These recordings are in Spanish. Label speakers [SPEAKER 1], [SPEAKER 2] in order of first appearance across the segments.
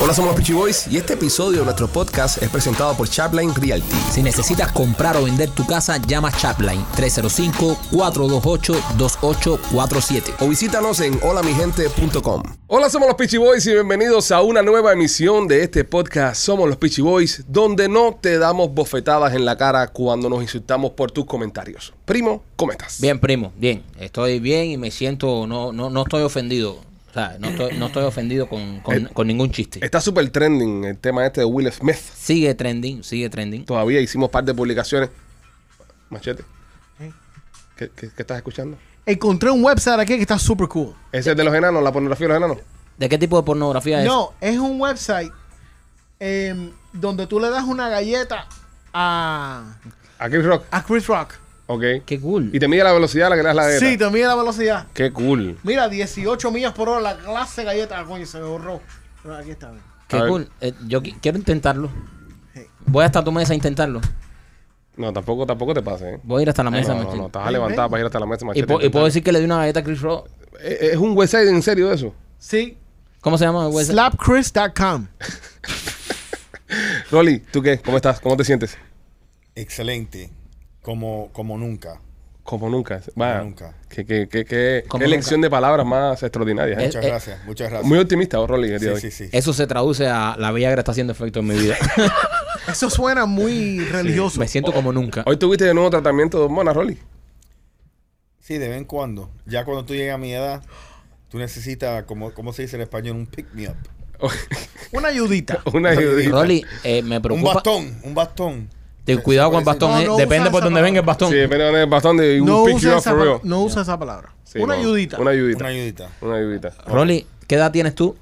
[SPEAKER 1] Hola, somos los Peachy Boys y este episodio de nuestro podcast es presentado por Chapline Realty.
[SPEAKER 2] Si necesitas comprar o vender tu casa, llama Chapline 305-428-2847.
[SPEAKER 1] O visítanos en holamigente.com. Hola, somos los Peachy Boys y bienvenidos a una nueva emisión de este podcast Somos los Peachy Boys, donde no te damos bofetadas en la cara cuando nos insultamos por tus comentarios. Primo, ¿cómo estás?
[SPEAKER 3] Bien, primo, bien. Estoy bien y me siento, no, no, no estoy ofendido. O sea, no estoy, no estoy ofendido con, con-
[SPEAKER 1] Eh,
[SPEAKER 3] con ningún chiste.
[SPEAKER 1] Está súper trending el tema este de Will Smith.
[SPEAKER 3] Sigue trending, sigue trending.
[SPEAKER 1] Todavía hicimos par de publicaciones. Machete. ¿Qué, qué- qué estás escuchando?
[SPEAKER 4] Encontré un website aquí que está super cool.
[SPEAKER 1] ¿Ese es de los enanos, la pornografía de los enanos?
[SPEAKER 3] ¿De qué tipo de pornografía es?
[SPEAKER 4] No, es un website em, donde tú le das una galleta a,
[SPEAKER 1] Aquí Rock.
[SPEAKER 4] a Chris Rock.
[SPEAKER 1] Ok.
[SPEAKER 3] Qué cool.
[SPEAKER 1] Y te mide la velocidad a la que le das la galleta.
[SPEAKER 4] Sí, te mide la velocidad.
[SPEAKER 1] Qué cool.
[SPEAKER 4] Mira, 18 millas por hora la clase de galleta. Ah, Coño, se me borró. Pero Aquí está. ve.
[SPEAKER 1] A
[SPEAKER 3] Qué
[SPEAKER 1] ver.
[SPEAKER 3] cool. Eh, yo qui- quiero intentarlo.
[SPEAKER 4] Sí.
[SPEAKER 3] Voy hasta tu mesa a intentarlo.
[SPEAKER 1] No, tampoco, tampoco te pases. ¿eh?
[SPEAKER 3] Voy a ir hasta la
[SPEAKER 1] No,
[SPEAKER 3] mesa.
[SPEAKER 1] no,
[SPEAKER 3] Martín.
[SPEAKER 1] no, estás levantada para ir hasta la mesa,
[SPEAKER 3] y,
[SPEAKER 1] machete.
[SPEAKER 3] po- y puedo decir que le di una galleta a Chris Rock.
[SPEAKER 1] Eh, eh, ¿Es un website en serio eso?
[SPEAKER 4] Sí.
[SPEAKER 3] ¿Cómo se llama?
[SPEAKER 1] Pues,
[SPEAKER 3] güey?
[SPEAKER 4] Slapchris.com.
[SPEAKER 1] Rolly, ¿tú qué? ¿Cómo estás? ¿Cómo te sientes?
[SPEAKER 5] Excelente. Como, como nunca.
[SPEAKER 1] Como nunca. Vaya,
[SPEAKER 5] nunca.
[SPEAKER 1] Qué, qué, qué, qué-
[SPEAKER 3] Como
[SPEAKER 1] qué
[SPEAKER 3] nunca.
[SPEAKER 1] elección de palabras más extraordinaria. ¿eh?
[SPEAKER 3] Eh,
[SPEAKER 5] Muchas gracias, muchas gracias.
[SPEAKER 1] Muy optimista, oh, Rolly, el día de hoy.
[SPEAKER 5] sí, sí, sí.
[SPEAKER 3] Eso se traduce a la Viagra está haciendo efecto en mi vida.
[SPEAKER 4] Eso suena muy religioso.
[SPEAKER 3] me siento como nunca.
[SPEAKER 1] Hoy tuviste de nuevo tratamiento de hormonas, Rolly.
[SPEAKER 5] Sí, de vez en cuando. Ya cuando tú llegas a mi edad, tú necesitas, como, ¿cómo se dice en español? Un pick me up.
[SPEAKER 4] Una ayudita.
[SPEAKER 1] Una ayudita.
[SPEAKER 3] Rolly, eh, me
[SPEAKER 5] Un
[SPEAKER 3] preocupa.
[SPEAKER 5] bastón, un bastón.
[SPEAKER 3] Ten cuidado
[SPEAKER 1] Pues,
[SPEAKER 3] con el bastón.
[SPEAKER 4] No,
[SPEAKER 3] eh.
[SPEAKER 4] no
[SPEAKER 3] Depende
[SPEAKER 4] usas
[SPEAKER 3] por
[SPEAKER 4] esa
[SPEAKER 3] dónde venga el bastón.
[SPEAKER 1] Sí, depende de eh, bastante y
[SPEAKER 4] No
[SPEAKER 1] un pick you
[SPEAKER 4] usa,
[SPEAKER 1] up
[SPEAKER 4] esa,
[SPEAKER 1] for
[SPEAKER 4] pa-
[SPEAKER 1] real.
[SPEAKER 4] no usa esa palabra.
[SPEAKER 1] Sí,
[SPEAKER 4] una
[SPEAKER 1] no,
[SPEAKER 4] ayudita.
[SPEAKER 1] Una ayudita.
[SPEAKER 5] Una ayudita.
[SPEAKER 1] Una ayudita.
[SPEAKER 3] Rolly, ¿qué edad tienes tú?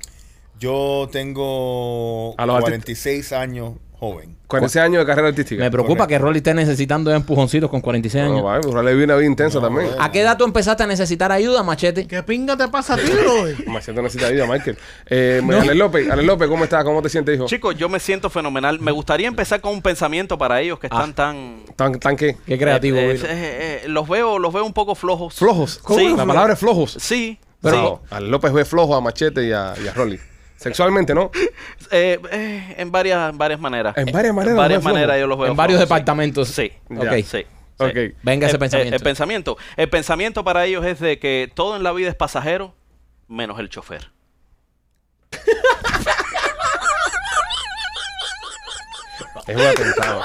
[SPEAKER 5] Yo tengo
[SPEAKER 1] A los artistas.
[SPEAKER 5] 46 años joven.
[SPEAKER 1] 46 años de carrera artística.
[SPEAKER 3] Me preocupa este
[SPEAKER 5] correcto.
[SPEAKER 3] que Rolly esté necesitando de empujoncitos con 46 años.
[SPEAKER 1] No, vale, pues Rolly vive una vida intensa también.
[SPEAKER 5] vale.
[SPEAKER 3] ¿A qué edad tú empezaste a necesitar ayuda, Machete?
[SPEAKER 4] ¿Qué pinga te pasa a ti, brother?
[SPEAKER 1] Machete necesita ayuda, Michael. Eh, Ale López, Ale López, ¿cómo estás? ¿Cómo te sientes, hijo?
[SPEAKER 6] Chicos, yo me siento fenomenal. Me gustaría empezar con un pensamiento para ellos que
[SPEAKER 1] Ah,
[SPEAKER 6] están tan
[SPEAKER 1] ¿Tan, tan qué?
[SPEAKER 3] Qué creativo.
[SPEAKER 6] Eh,
[SPEAKER 3] Will.
[SPEAKER 6] eh, eh, eh, los veo, los veo un poco flojos.
[SPEAKER 1] Flojos. ¿Cómo?
[SPEAKER 6] Sí.
[SPEAKER 1] La palabra es flojos.
[SPEAKER 6] Sí.
[SPEAKER 1] Pero Ale López ve flojo a Machete y a, y a Rolly. Sexualmente, ¿no?
[SPEAKER 6] sí. Eh, eh, en varias, en varias maneras.
[SPEAKER 1] En varias maneras
[SPEAKER 6] En varias
[SPEAKER 1] los veo
[SPEAKER 6] maneras
[SPEAKER 1] flojos.
[SPEAKER 6] yo los veo.
[SPEAKER 3] en varios
[SPEAKER 6] flojos,
[SPEAKER 3] departamentos.
[SPEAKER 6] Sí. Sí.
[SPEAKER 1] Ya.
[SPEAKER 3] Ok.
[SPEAKER 6] Sí.
[SPEAKER 1] Ok.
[SPEAKER 6] sí. Eh,
[SPEAKER 3] Venga ese
[SPEAKER 6] El-
[SPEAKER 3] pensamiento.
[SPEAKER 6] El, el pensamiento. El pensamiento para ellos es de que todo en la vida es pasajero, menos el chofer.
[SPEAKER 1] Es un atentado.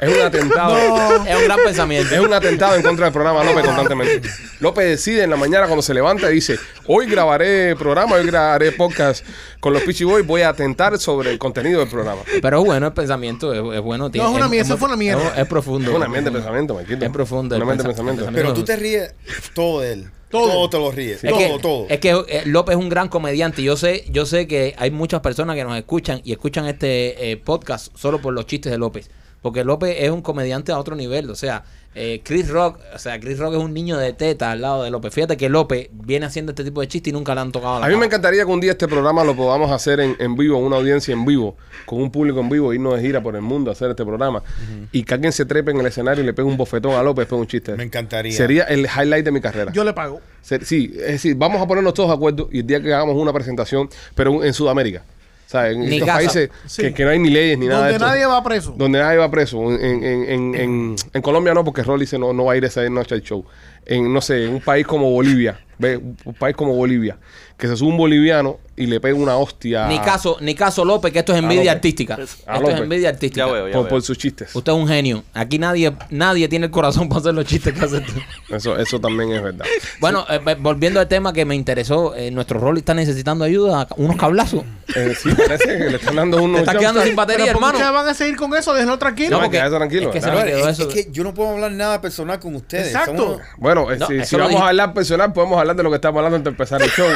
[SPEAKER 1] Es un atentado.
[SPEAKER 3] es un gran pensamiento.
[SPEAKER 1] Es un atentado en contra del programa López constantemente. López decide en la mañana cuando se levanta y dice, hoy grabaré programa, hoy grabaré podcast con los Pichi Boys, voy a atentar sobre el contenido del programa.
[SPEAKER 3] Pero bueno, el pensamiento es, es bueno. tiene-
[SPEAKER 4] es una mierda,
[SPEAKER 3] muy-
[SPEAKER 4] fue una mierda.
[SPEAKER 3] Es, es profundo.
[SPEAKER 1] Es una mente de pensamiento, Maquito.
[SPEAKER 3] Es profundo el
[SPEAKER 1] Una mente de
[SPEAKER 3] pensa-
[SPEAKER 1] pensamiento.
[SPEAKER 3] el pensamiento.
[SPEAKER 5] Pero tú te ríes todo de él.
[SPEAKER 4] Todo.
[SPEAKER 5] Todo, te lo ríes.
[SPEAKER 3] Es
[SPEAKER 5] todo,
[SPEAKER 3] que,
[SPEAKER 5] todo.
[SPEAKER 3] es que, eh, López es un gran comediante. Yo sé, yo sé que hay muchas personas que nos escuchan y escuchan este eh, podcast solo por los chistes de López. Porque López es un comediante a otro nivel. O sea, eh, Chris Rock, o sea, Chris Rock es un niño de teta al lado de López. Fíjate que López viene haciendo este tipo de chistes y nunca le han tocado la
[SPEAKER 1] A mí me
[SPEAKER 3] cara.
[SPEAKER 1] encantaría que un día este programa lo podamos hacer en, en vivo, una audiencia en vivo, con un público en vivo, irnos de gira por el mundo a hacer este programa. Y que alguien se trepe en el escenario y le pegue un bofetón a López, después un chiste.
[SPEAKER 5] Me encantaría.
[SPEAKER 1] Sería el highlight de mi carrera.
[SPEAKER 4] Yo le pago.
[SPEAKER 1] Ser- sí, es decir, vamos a ponernos todos de acuerdo y el día que hagamos una presentación, pero en Sudamérica. O sea, en
[SPEAKER 3] Ni
[SPEAKER 1] estos
[SPEAKER 3] casa.
[SPEAKER 1] países
[SPEAKER 4] Sí.
[SPEAKER 1] que, que no hay ni leyes ni nada de
[SPEAKER 4] Donde
[SPEAKER 1] esto.
[SPEAKER 4] nadie va preso.
[SPEAKER 1] Donde nadie va preso. En, en- en- en- en Colombia no, porque Rolly se no, no va a ir esa noche al show. En, no sé, en un país como Bolivia. ¿Ve? Un un país como Bolivia. Que se sube un boliviano y le pega una hostia.
[SPEAKER 3] Ni caso, ni caso López, que esto es envidia
[SPEAKER 1] Ah. López.
[SPEAKER 3] artística.
[SPEAKER 6] A
[SPEAKER 3] Esto es
[SPEAKER 1] López.
[SPEAKER 3] envidia artística.
[SPEAKER 6] Ya veo, ya
[SPEAKER 1] Por,
[SPEAKER 6] veo.
[SPEAKER 1] por sus chistes.
[SPEAKER 3] Usted es un genio. Aquí nadie, nadie tiene el corazón para hacer los chistes que hace tú.
[SPEAKER 1] Eso, eso también es verdad.
[SPEAKER 3] Bueno, eh, ve- volviendo al tema que me interesó, eh, nuestro Rolly está necesitando ayuda, unos cablazos.
[SPEAKER 1] Eh, sí, parece que le están dando unos
[SPEAKER 3] Te está
[SPEAKER 1] jumps.
[SPEAKER 3] quedando sin batería,
[SPEAKER 4] ¿por qué
[SPEAKER 3] hermano.
[SPEAKER 4] ustedes van a seguir con eso? Déjenlo tranquilo.
[SPEAKER 1] No, porque- quédate tranquilo,
[SPEAKER 3] es que se
[SPEAKER 1] ¿verdad?
[SPEAKER 3] me
[SPEAKER 5] Brother,
[SPEAKER 3] quedó
[SPEAKER 5] es,
[SPEAKER 3] eso.
[SPEAKER 5] es que yo no puedo hablar nada personal con ustedes.
[SPEAKER 4] Exacto.
[SPEAKER 5] Son unos-
[SPEAKER 1] Bueno, eh,
[SPEAKER 3] No,
[SPEAKER 1] si,
[SPEAKER 3] eso
[SPEAKER 1] si
[SPEAKER 3] lo
[SPEAKER 1] vamos
[SPEAKER 3] dije.
[SPEAKER 1] a hablar personal, podemos hablar de lo que estamos hablando antes de empezar el show.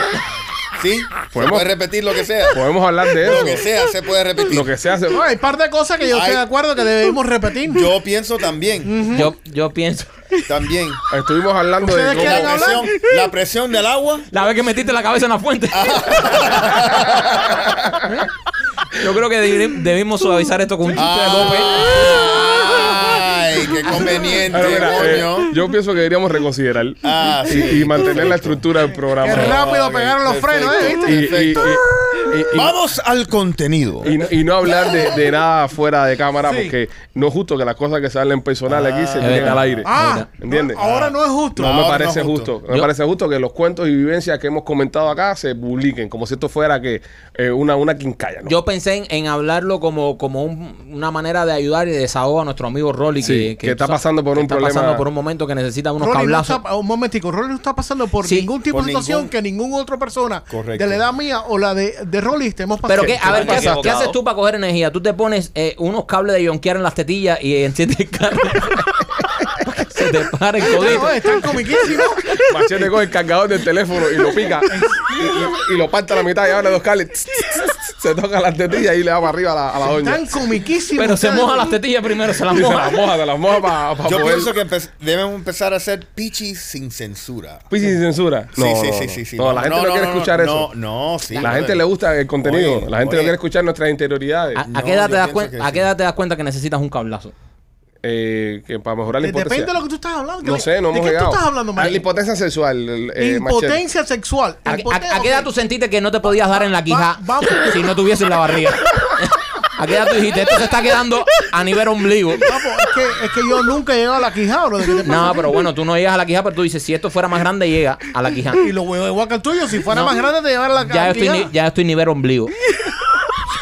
[SPEAKER 5] ¿Sí?
[SPEAKER 1] Podemos-
[SPEAKER 5] Se puede repetir lo que sea.
[SPEAKER 1] podemos hablar de
[SPEAKER 5] Lo que
[SPEAKER 1] eso.
[SPEAKER 5] sea se puede repetir.
[SPEAKER 1] Lo que sea se
[SPEAKER 4] No, hay un par de cosas que yo estoy
[SPEAKER 5] Ay.
[SPEAKER 4] de acuerdo que debemos repetir.
[SPEAKER 5] Yo pienso también.
[SPEAKER 3] Yo, yo pienso.
[SPEAKER 5] También.
[SPEAKER 1] Estuvimos hablando de
[SPEAKER 4] ¿Ustedes
[SPEAKER 1] cómo-
[SPEAKER 4] ¿Quieren
[SPEAKER 5] La
[SPEAKER 4] hablar?
[SPEAKER 5] presión, la presión del agua.
[SPEAKER 3] La vez que metiste la cabeza en la fuente. yo creo que debi- debimos suavizar esto con un chiste de López.
[SPEAKER 5] Ah. Ay, qué conveniente,
[SPEAKER 1] Pero mira, eh,
[SPEAKER 5] coño.
[SPEAKER 1] yo pienso que deberíamos reconsiderar
[SPEAKER 5] Ah,
[SPEAKER 1] y-
[SPEAKER 5] sí,
[SPEAKER 1] y, mantener la
[SPEAKER 5] perfecto.
[SPEAKER 1] estructura del
[SPEAKER 4] Qué
[SPEAKER 1] programa.
[SPEAKER 4] rápido
[SPEAKER 5] Ok,
[SPEAKER 4] pegaron los
[SPEAKER 5] perfecto.
[SPEAKER 4] frenos, ¿eh? ¿Viste?
[SPEAKER 1] Y, y-
[SPEAKER 5] Perfecto.
[SPEAKER 1] y- Y- y-
[SPEAKER 5] Vamos al contenido.
[SPEAKER 1] Y no, y no hablar de, de nada fuera de cámara, porque no es justo que las cosas que salen personal aquí se
[SPEAKER 3] Es
[SPEAKER 1] tiren
[SPEAKER 3] verdad.
[SPEAKER 1] al aire.
[SPEAKER 4] Ah,
[SPEAKER 1] ¿Entiendes?
[SPEAKER 4] no, ahora no es justo.
[SPEAKER 1] No,
[SPEAKER 5] No,
[SPEAKER 1] me
[SPEAKER 5] no
[SPEAKER 1] parece
[SPEAKER 5] es
[SPEAKER 1] justo.
[SPEAKER 5] justo.
[SPEAKER 1] No me
[SPEAKER 3] Yo-
[SPEAKER 1] parece justo que los cuentos y vivencias que hemos comentado acá se publiquen, como si esto fuera que eh, una, una quincalla. ¿no?
[SPEAKER 3] Yo pensé en, en hablarlo como, como un- una manera de ayudar y desahogo a nuestro amigo Rolly,
[SPEAKER 1] Sí, que está pasando por un
[SPEAKER 3] está
[SPEAKER 1] problema-
[SPEAKER 3] pasando por un momento que necesita unos
[SPEAKER 4] Rolly no
[SPEAKER 3] cablazos.
[SPEAKER 4] está, un momentico, Rolly no está pasando por
[SPEAKER 3] Sí.
[SPEAKER 4] ningún tipo
[SPEAKER 5] Por
[SPEAKER 4] de situación
[SPEAKER 5] ningún-
[SPEAKER 4] que ninguna otra persona
[SPEAKER 5] Correcto.
[SPEAKER 4] de la edad mía o la de, de Rolly estemos pasando.
[SPEAKER 3] Pero qué, a ver, ¿qué,
[SPEAKER 6] Equivocado.
[SPEAKER 3] qué haces tú para coger energía? Tú te pones eh, unos cables de yonkear en las tetillas y enciendes el carro. Para que se te pare el codito.
[SPEAKER 4] Claro, eh, están comiquísimos.
[SPEAKER 1] Machete coge el cargador del teléfono y lo pica y, y- y lo parte a la mitad y abre dos cables. se toca las tetillas y le va para arriba a la, a la doña.
[SPEAKER 4] Están comiquísimos.
[SPEAKER 3] Pero se
[SPEAKER 4] ustedes.
[SPEAKER 3] moja las tetillas primero, se las
[SPEAKER 1] Y se
[SPEAKER 3] moja.
[SPEAKER 1] las moja, se las moja para
[SPEAKER 5] Yo
[SPEAKER 1] poder.
[SPEAKER 5] pienso que empe- debemos empezar a hacer pichis sin censura.
[SPEAKER 1] Pichi sin censura.
[SPEAKER 5] sí,
[SPEAKER 1] No,
[SPEAKER 5] sí,
[SPEAKER 1] no,
[SPEAKER 5] sí,
[SPEAKER 1] no.
[SPEAKER 5] sí, sí.
[SPEAKER 1] No, la gente no, quiere escuchar
[SPEAKER 5] no,
[SPEAKER 1] eso.
[SPEAKER 5] No, no, sí.
[SPEAKER 1] la gente le gusta el contenido.
[SPEAKER 5] Oye,
[SPEAKER 1] la gente no
[SPEAKER 5] oye. Ah,
[SPEAKER 1] quiere escuchar nuestras interioridades.
[SPEAKER 3] ¿A, a
[SPEAKER 5] No,
[SPEAKER 3] qué edad
[SPEAKER 5] yo
[SPEAKER 3] te das
[SPEAKER 5] pienso
[SPEAKER 3] cuenta,
[SPEAKER 5] que
[SPEAKER 3] ¿A
[SPEAKER 5] sí.
[SPEAKER 3] qué edad te das cuenta que necesitas un cablazo?
[SPEAKER 1] Eh, que para mejorar la impotencia.
[SPEAKER 4] Depende de lo que tú estás hablando.
[SPEAKER 1] No sé, no
[SPEAKER 4] ¿De
[SPEAKER 1] hemos
[SPEAKER 4] qué
[SPEAKER 1] llegado.
[SPEAKER 4] tú estás hablando,
[SPEAKER 1] Ah, La
[SPEAKER 4] María?
[SPEAKER 1] impotencia sexual. el- eh, machete.
[SPEAKER 4] Impotencia sexual.
[SPEAKER 3] ¿A, qué-
[SPEAKER 4] Impotencia-
[SPEAKER 3] a- a qué edad tú sentiste que no te podías dar en la quija
[SPEAKER 4] Va- vamos.
[SPEAKER 3] si no tuvieses la barriga? ¿A qué edad tú dijiste, esto se está quedando a nivel ombligo?
[SPEAKER 4] Papo, es, que, es que yo nunca he llegado a la quijada, bro. ¿de qué te pasa?
[SPEAKER 3] No, pero bueno, tú no llegas a la quija, pero tú dices, si esto fuera más grande, llega a la quija.
[SPEAKER 4] Y los huevos de guacal tuyo, si fuera
[SPEAKER 3] No.
[SPEAKER 4] más grande, te llevara a la
[SPEAKER 3] Ya yo
[SPEAKER 4] la
[SPEAKER 3] estoy, ni-
[SPEAKER 4] quijada.
[SPEAKER 3] ya yo estoy nivel ombligo.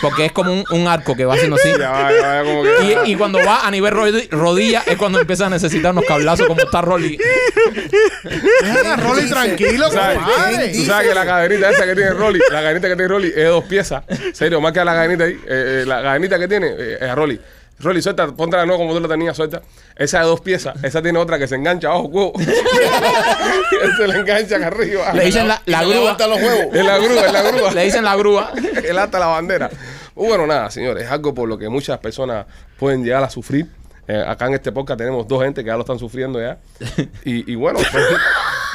[SPEAKER 3] Porque es como un, un arco que va haciendo así.
[SPEAKER 1] Ya va, ya va, como que-
[SPEAKER 3] Y, y cuando va a nivel rodi- rodilla es cuando empieza a necesitar unos cablazos como está Rolly.
[SPEAKER 4] Deja a Rolly tranquilo,
[SPEAKER 1] Tú sabes,
[SPEAKER 4] compadre.
[SPEAKER 1] tú sabes que la cadenita esa que tiene Rolly, la cadenita que tiene Rolly es de dos piezas. Serio, más que la cadenita ahí. eh, eh, la cadenita que tiene eh, es a Rolly. Rolly, suelta, póntela no como tú la tenías, suelta. Esa de dos piezas, esa tiene otra que se engancha abajo, cuevo. se la engancha acá arriba.
[SPEAKER 3] Le dicen la, la
[SPEAKER 5] Y le
[SPEAKER 3] grúa.
[SPEAKER 5] levanta los huevos.
[SPEAKER 1] En la grúa, en la grúa.
[SPEAKER 3] Le dicen la grúa.
[SPEAKER 1] el hasta la bandera. Bueno, nada, señores, es algo por lo que muchas personas pueden llegar a sufrir. Eh, acá en este podcast tenemos dos gente que ya lo están sufriendo ya. Y, y bueno, pues,